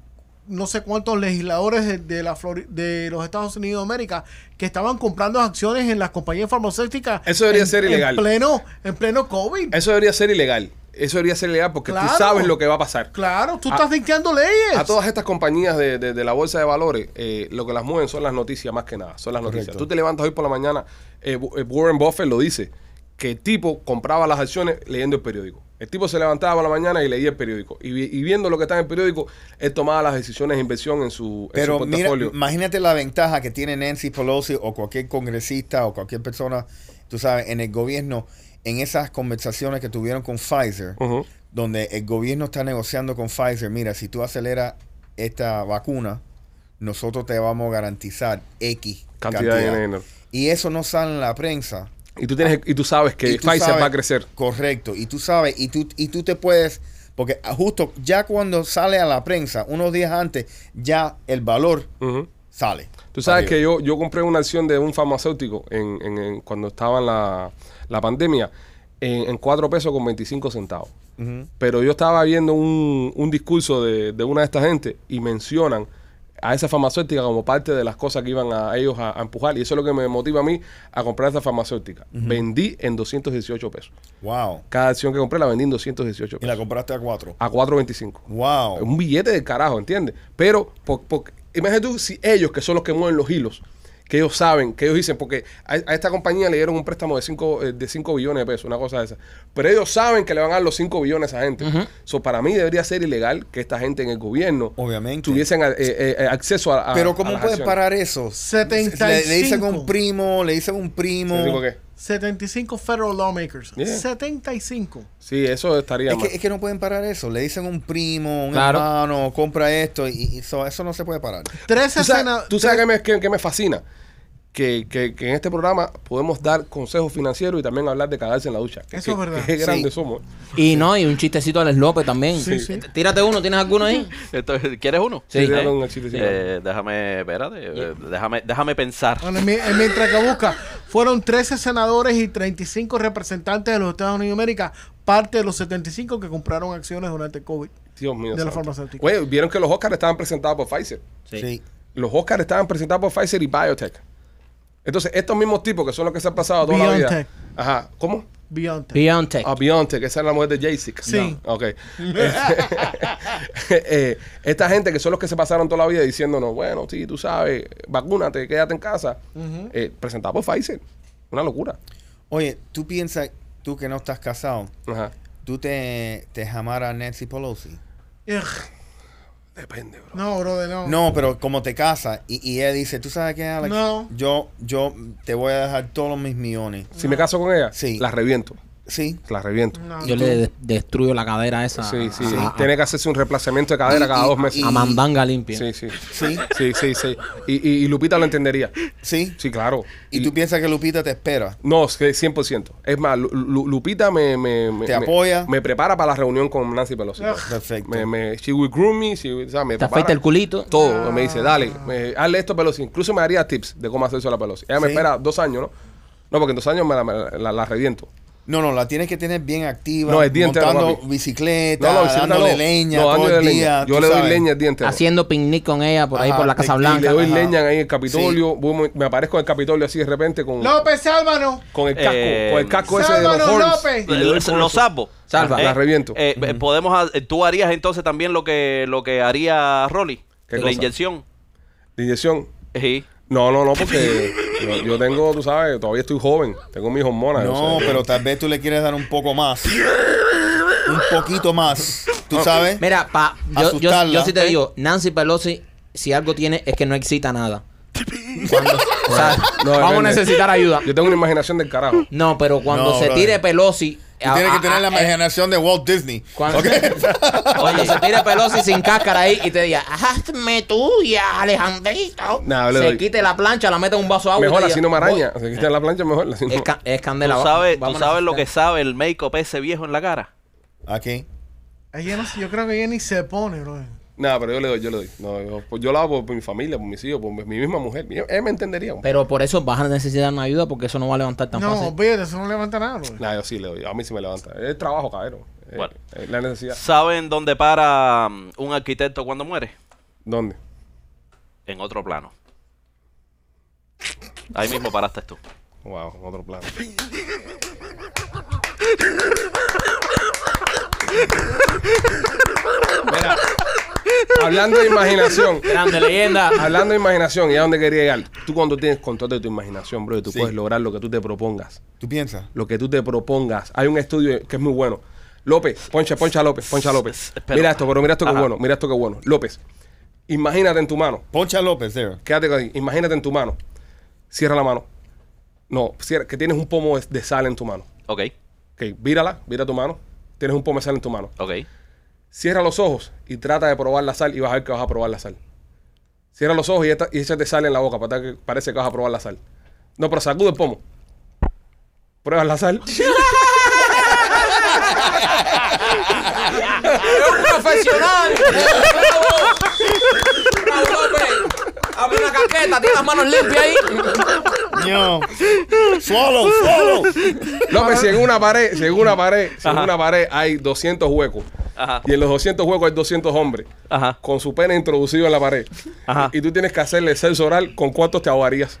[SPEAKER 4] no sé cuántos legisladores de, de la Flori- de los Estados Unidos de América que estaban comprando acciones en las compañías farmacéuticas.
[SPEAKER 1] Eso debería
[SPEAKER 4] en-
[SPEAKER 1] ser ilegal.
[SPEAKER 4] En pleno, en pleno COVID.
[SPEAKER 1] eso debería ser ilegal. Eso debería ser ilegal porque tú
[SPEAKER 4] Claro.
[SPEAKER 1] sabes lo que va a pasar.
[SPEAKER 4] Claro, tú
[SPEAKER 1] A-
[SPEAKER 4] estás dictando leyes.
[SPEAKER 1] A todas estas compañías de, de- de la bolsa de valores, eh, lo que las mueven son las noticias más que nada. Son las noticias.
[SPEAKER 5] Correcto.
[SPEAKER 1] Tú te levantas hoy por la mañana, eh, Bu- eh, Warren Buffett lo dice, que el tipo compraba las acciones leyendo el periódico. El tipo se levantaba por la mañana y leía el periódico. Y, vi- y viendo lo que está en el periódico, él tomaba las decisiones de inversión en su, en
[SPEAKER 5] Pero
[SPEAKER 1] su
[SPEAKER 5] mira,
[SPEAKER 1] portafolio.
[SPEAKER 5] imagínate la ventaja que tiene Nancy Pelosi o cualquier congresista o cualquier persona, tú sabes, en el gobierno, en esas conversaciones que tuvieron con Pfizer,
[SPEAKER 1] Ujú.
[SPEAKER 5] donde el gobierno está negociando con Pfizer, mira, si tú aceleras esta vacuna, nosotros te vamos a garantizar X
[SPEAKER 1] Cantidad de dinero.
[SPEAKER 5] Y eso no sale en la prensa.
[SPEAKER 1] y, tú tienes, y tú sabes que
[SPEAKER 5] Y tú
[SPEAKER 1] Pfizer
[SPEAKER 5] sabes-
[SPEAKER 1] va a crecer.
[SPEAKER 5] Correcto. Y tú sabes, y tú, y tú te puedes, porque justo ya cuando sale a la prensa, unos días antes, ya el valor
[SPEAKER 1] Ujú.
[SPEAKER 5] sale.
[SPEAKER 1] Tú sabes
[SPEAKER 5] Arriba.
[SPEAKER 1] que yo, yo compré una acción de un farmacéutico en, en- en- cuando estaba en la, la pandemia en, en 4 pesos con 25 centavos. Pero yo estaba viendo un, un discurso de, de una de estas gente y mencionan a esa farmacéutica como parte de las cosas que iban a ellos a, a empujar. Y eso es lo que me motiva a mí a comprar esa farmacéutica. Vendí en 218 pesos.
[SPEAKER 5] Wow.
[SPEAKER 1] Cada acción que compré la vendí en 218
[SPEAKER 5] Y la
[SPEAKER 1] pesos.
[SPEAKER 5] compraste a cuatro.
[SPEAKER 1] A 4.25.
[SPEAKER 5] Wow.
[SPEAKER 1] Un billete de carajo, ¿entiendes? Pero, por, por- imagínate tú si ellos, que son los que mueven los hilos, que ellos saben, que ellos dicen, porque a, a esta compañía le dieron un préstamo de 5 de cinco billones de pesos, una cosa de esa. Pero ellos saben que le van a dar los 5 billones a esa gente. So, para mí debería ser ilegal que esta gente en el gobierno
[SPEAKER 5] Obviamente.
[SPEAKER 1] tuviesen eh, eh, eh, acceso a, a-
[SPEAKER 5] Pero
[SPEAKER 1] a
[SPEAKER 5] ¿cómo
[SPEAKER 1] las
[SPEAKER 5] puedes
[SPEAKER 1] acciones.
[SPEAKER 5] parar eso? Le, le dicen a un
[SPEAKER 4] 75.
[SPEAKER 5] primo, le dicen a un primo.
[SPEAKER 1] ¿Te digo qué?
[SPEAKER 4] 75 federal lawmakers.
[SPEAKER 1] Yeah.
[SPEAKER 4] 75.
[SPEAKER 1] Sí, eso estaría
[SPEAKER 5] Es
[SPEAKER 1] mal.
[SPEAKER 5] que, es que no pueden parar eso. Le dicen a un primo, un
[SPEAKER 2] Claro.
[SPEAKER 5] hermano, compra esto. Y, y eso, eso no se puede parar.
[SPEAKER 4] 13
[SPEAKER 1] ¿Tú sabes,
[SPEAKER 4] sena-
[SPEAKER 1] tú sabes que, me, que- que me fascina? Que, que- que en este programa podemos dar consejos financieros y también hablar de cagarse en la ducha.
[SPEAKER 4] Eso es verdad.
[SPEAKER 1] Qué grandes
[SPEAKER 5] Sí.
[SPEAKER 1] somos.
[SPEAKER 2] Y no, y un chistecito a Alex López también.
[SPEAKER 4] sí.
[SPEAKER 2] Tírate uno, ¿tienes alguno ahí?
[SPEAKER 6] Entonces, ¿Quieres uno?
[SPEAKER 2] Sí.
[SPEAKER 6] Eh,
[SPEAKER 1] Tíralo un chistecito.
[SPEAKER 6] eh, déjame, espérate, eh, déjame, déjame pensar.
[SPEAKER 4] Bueno, mi- eh, mientras que busca, fueron 13 senadores y 35 representantes de los Estados Unidos de América, parte de los 75 que compraron acciones durante el COVID.
[SPEAKER 1] Dios mío.
[SPEAKER 4] De la
[SPEAKER 1] santo.
[SPEAKER 4] farmacéutica.
[SPEAKER 1] Oye, vieron que los Oscars estaban presentados por Pfizer.
[SPEAKER 5] Sí.
[SPEAKER 1] Los Oscars estaban presentados por Pfizer y Biotech. Entonces, estos mismos tipos que son los que se han pasado toda la vida.
[SPEAKER 4] BioNTech.
[SPEAKER 1] Ajá. ¿Cómo?
[SPEAKER 4] Beyond that.
[SPEAKER 2] Biontech.
[SPEAKER 1] Ah, Biontech, esa es la mujer de Jay-Z.
[SPEAKER 4] Sí.
[SPEAKER 1] No, Ok. Eh, eh, esta gente que son los que se pasaron toda la vida diciéndonos, bueno, sí, tú sabes, vacúnate, quédate en casa. eh, presentado por Pfizer. Una locura.
[SPEAKER 5] Oye, tú piensas, tú que no estás casado,
[SPEAKER 1] Ajá.
[SPEAKER 5] tú te, te jamara a Nancy Pelosi.
[SPEAKER 4] Ugh.
[SPEAKER 1] Depende, bro.
[SPEAKER 4] No, brother, no.
[SPEAKER 5] No, pero como te casas y, y ella dice, ¿tú sabes qué, Alex?
[SPEAKER 4] No.
[SPEAKER 5] Yo, yo te voy a dejar todos mis millones.
[SPEAKER 1] Si me caso con ella,
[SPEAKER 5] Sí.
[SPEAKER 1] la reviento.
[SPEAKER 5] Sí.
[SPEAKER 1] La reviento.
[SPEAKER 4] No.
[SPEAKER 2] Yo le de- destruyo la cadera esa.
[SPEAKER 1] Sí, sí.
[SPEAKER 2] A, a-
[SPEAKER 1] Tiene que hacerse un reemplazamiento de cadera
[SPEAKER 5] Ah. Y-
[SPEAKER 1] cada
[SPEAKER 5] y-
[SPEAKER 1] dos meses.
[SPEAKER 5] y-
[SPEAKER 2] a mandanga limpia.
[SPEAKER 1] Sí, sí.
[SPEAKER 5] Sí.
[SPEAKER 1] Sí, sí, sí. Y, y- y Lupita lo entendería.
[SPEAKER 5] Sí.
[SPEAKER 1] Sí, claro.
[SPEAKER 5] Y tú piensas que Lupita te espera.
[SPEAKER 1] No, es que 100%. Es más, Lu- Lu- Lupita me, me, me-
[SPEAKER 5] Te
[SPEAKER 1] me-
[SPEAKER 5] apoya. Ah.
[SPEAKER 1] Me prepara para la reunión con Nancy Pelosi.
[SPEAKER 5] Perfecto.
[SPEAKER 1] Me, me, she will groom me, she will- o sea, me
[SPEAKER 2] Te
[SPEAKER 1] prepara
[SPEAKER 2] afeita el culito.
[SPEAKER 5] Ah.
[SPEAKER 1] Todo. Me dice, dale, me- hazle esto a Pelosi. Incluso me daría tips de cómo hacer eso a la Pelosi. Ella me
[SPEAKER 5] Sí.
[SPEAKER 1] espera dos años, ¿no? No, porque en dos años me la, me la- la- la reviento.
[SPEAKER 5] No, no, la tienes que tener bien activa.
[SPEAKER 1] No, el día entero,
[SPEAKER 5] montando
[SPEAKER 1] papi.
[SPEAKER 5] bicicleta,
[SPEAKER 1] bicicleta
[SPEAKER 5] dándole
[SPEAKER 1] no.
[SPEAKER 5] leña
[SPEAKER 1] No,
[SPEAKER 5] todo
[SPEAKER 1] dándole
[SPEAKER 5] el
[SPEAKER 1] leña.
[SPEAKER 5] día.
[SPEAKER 1] Yo
[SPEAKER 5] tú
[SPEAKER 1] le doy
[SPEAKER 5] sabes.
[SPEAKER 1] leña el día entero.
[SPEAKER 3] Haciendo picnic con ella por ahí
[SPEAKER 5] Ajá,
[SPEAKER 3] por la Casa
[SPEAKER 5] y
[SPEAKER 1] Y le
[SPEAKER 3] Blanca.
[SPEAKER 1] doy
[SPEAKER 5] Ajá.
[SPEAKER 1] leña ahí en el Capitolio. voy- me aparezco en el Capitolio así de repente con,
[SPEAKER 4] López Álvaro.
[SPEAKER 1] con el casco.
[SPEAKER 6] Eh,
[SPEAKER 1] con el casco ese de los
[SPEAKER 4] Sálvanos,
[SPEAKER 1] horns.
[SPEAKER 4] López.
[SPEAKER 1] Y le doy con
[SPEAKER 6] Lo
[SPEAKER 1] eso.
[SPEAKER 6] salvo.
[SPEAKER 3] Salva.
[SPEAKER 1] La reviento.
[SPEAKER 6] eh, eh, podemos, ha- tú harías entonces también lo que, lo que haría Rolly,
[SPEAKER 1] ¿Qué
[SPEAKER 6] la
[SPEAKER 1] cosa?
[SPEAKER 6] inyección.
[SPEAKER 1] De Inyección.
[SPEAKER 6] Sí.
[SPEAKER 1] No, no, no, porque yo, yo tengo, tú sabes, todavía estoy joven. Tengo mis hormonas.
[SPEAKER 5] No,
[SPEAKER 1] o sea,
[SPEAKER 5] pero tal vez tú le quieres dar un poco más. un poquito más. ¿Tú sabes?
[SPEAKER 3] Mira, pa, yo, yo,
[SPEAKER 5] Asustarla,
[SPEAKER 3] yo sí te
[SPEAKER 5] ¿eh?
[SPEAKER 3] digo, Nancy Pelosi, si algo tiene, es que no excita nada. Cuando- pues, o sea,
[SPEAKER 1] No,
[SPEAKER 3] vamos a
[SPEAKER 1] depende.
[SPEAKER 3] necesitar ayuda.
[SPEAKER 1] Yo tengo una imaginación del carajo.
[SPEAKER 3] No, pero cuando
[SPEAKER 5] No,
[SPEAKER 3] se
[SPEAKER 5] brother.
[SPEAKER 3] tire Pelosi. ah,
[SPEAKER 5] Tú tienes que tener la
[SPEAKER 3] magia
[SPEAKER 5] imaginación de Walt Disney.
[SPEAKER 3] eh. Cuando,
[SPEAKER 5] ¿ok?
[SPEAKER 3] cuando eh, se tire Pelosi sin cáscara ahí y te diga, hazme tuya, Alejandrito.
[SPEAKER 1] Nah, le
[SPEAKER 3] se
[SPEAKER 1] doy.
[SPEAKER 3] quite la plancha, la meta en un vaso de agua. y
[SPEAKER 1] Mejor
[SPEAKER 3] te
[SPEAKER 1] así
[SPEAKER 3] diga,
[SPEAKER 1] no me araña.
[SPEAKER 3] Ah, "Voy".
[SPEAKER 1] Se quita la plancha, mejor así no.
[SPEAKER 3] Es, ca- es candela.
[SPEAKER 6] ¿Tú
[SPEAKER 3] va-
[SPEAKER 6] sabes, tú
[SPEAKER 3] vamos a
[SPEAKER 6] sabes lo que
[SPEAKER 3] necesitar.
[SPEAKER 6] sabe el make-up ese viejo en la cara?
[SPEAKER 5] Aquí.
[SPEAKER 4] Ella no, se- yo creo que ella ni se pone, bro.
[SPEAKER 1] Nah, pero yo le doy, yo le doy. No, yo, pues yo la hago por, por mi familia, por mis hijos, por mi mi misma mujer. Mi- Él me entendería. hombre.
[SPEAKER 3] Pero por eso vas a necesitar una ayuda porque eso no va a levantar tan
[SPEAKER 4] No,
[SPEAKER 3] fácil.
[SPEAKER 4] olvídate, eso no levanta nada, bro.
[SPEAKER 1] Nah, yo sí le doy. A mí sí me levanta. Es trabajo, cabrón. Eh,
[SPEAKER 6] Bueno.
[SPEAKER 1] eh, la necesidad.
[SPEAKER 6] ¿Saben dónde para mm, un arquitecto cuando muere?
[SPEAKER 1] ¿Dónde?
[SPEAKER 6] En otro plano. Ahí mismo paraste tú.
[SPEAKER 1] Wow, otro plan. Mira, hablando de imaginación.
[SPEAKER 3] Grande leyenda.
[SPEAKER 1] Hablando de imaginación, y a dónde quería llegar. Tú cuando tienes control de tu imaginación, bro, tú
[SPEAKER 5] Sí.
[SPEAKER 1] puedes lograr lo que tú te propongas.
[SPEAKER 5] ¿Tú piensas?
[SPEAKER 1] Lo que tú te propongas. Hay un estudio que es muy bueno. López, poncha, poncha López, poncha López.
[SPEAKER 6] Espera.
[SPEAKER 1] Mira esto, pero mira esto que
[SPEAKER 6] Ajá.
[SPEAKER 1] bueno, mira esto que bueno. López, imagínate en tu mano.
[SPEAKER 5] Poncha López, there.
[SPEAKER 1] Quédate ahí, imagínate en tu mano. Cierra la mano. No, cierra, que tienes un pomo de- de sal en tu mano.
[SPEAKER 6] Ok,
[SPEAKER 1] Ok, vírala, vira tu mano. Tienes un pomo de sal en tu mano.
[SPEAKER 6] ok.
[SPEAKER 1] Cierra los ojos y trata de probar la sal y vas a ver que vas a probar la sal. Cierra los ojos y, eta- y échate sal en la boca para que parece que vas a probar la sal. No, pero sacude el pomo. Pruebas la sal.
[SPEAKER 3] profesional. Bravo. Bravo, López. Abre una casqueta, tiene las manos limpias ahí.
[SPEAKER 5] No. Swallow, swallow.
[SPEAKER 1] López, si en una pared, si en una pared, si en una pared hay 200 huecos.
[SPEAKER 6] Ajá.
[SPEAKER 1] Y en los 200 huecos hay 200 hombres.
[SPEAKER 6] Ajá.
[SPEAKER 1] Con su pene introducido en la pared.
[SPEAKER 6] Ajá.
[SPEAKER 1] Y tú tienes que hacerle sexo oral con cuántos te ahogarías.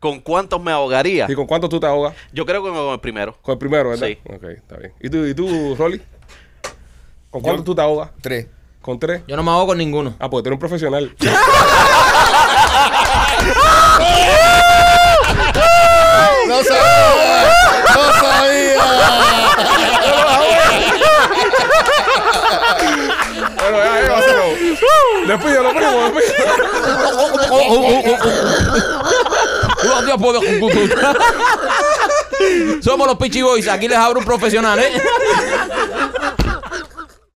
[SPEAKER 6] ¿Con cuántos me ahogaría?
[SPEAKER 1] Y con cuántos tú te ahogas.
[SPEAKER 6] Yo creo que con el primero.
[SPEAKER 1] Con el primero, ¿verdad?
[SPEAKER 6] Sí.
[SPEAKER 1] Ok, está bien. ¿Y tú, y tú Rolly? ¿Con cuánto tú te ahogas?
[SPEAKER 5] Tres.
[SPEAKER 1] ¿Con tres?
[SPEAKER 3] Yo no me ahogo con ninguno.
[SPEAKER 1] Ah, pues tú eres un profesional.
[SPEAKER 5] No sabía. No sabía.
[SPEAKER 1] bueno, ya, ya, pero- Despídelo, primo, despídelo.
[SPEAKER 3] Yo no puedo con Cucu. Somos los Pichi Boys. Aquí les abro un profesional, ¿eh?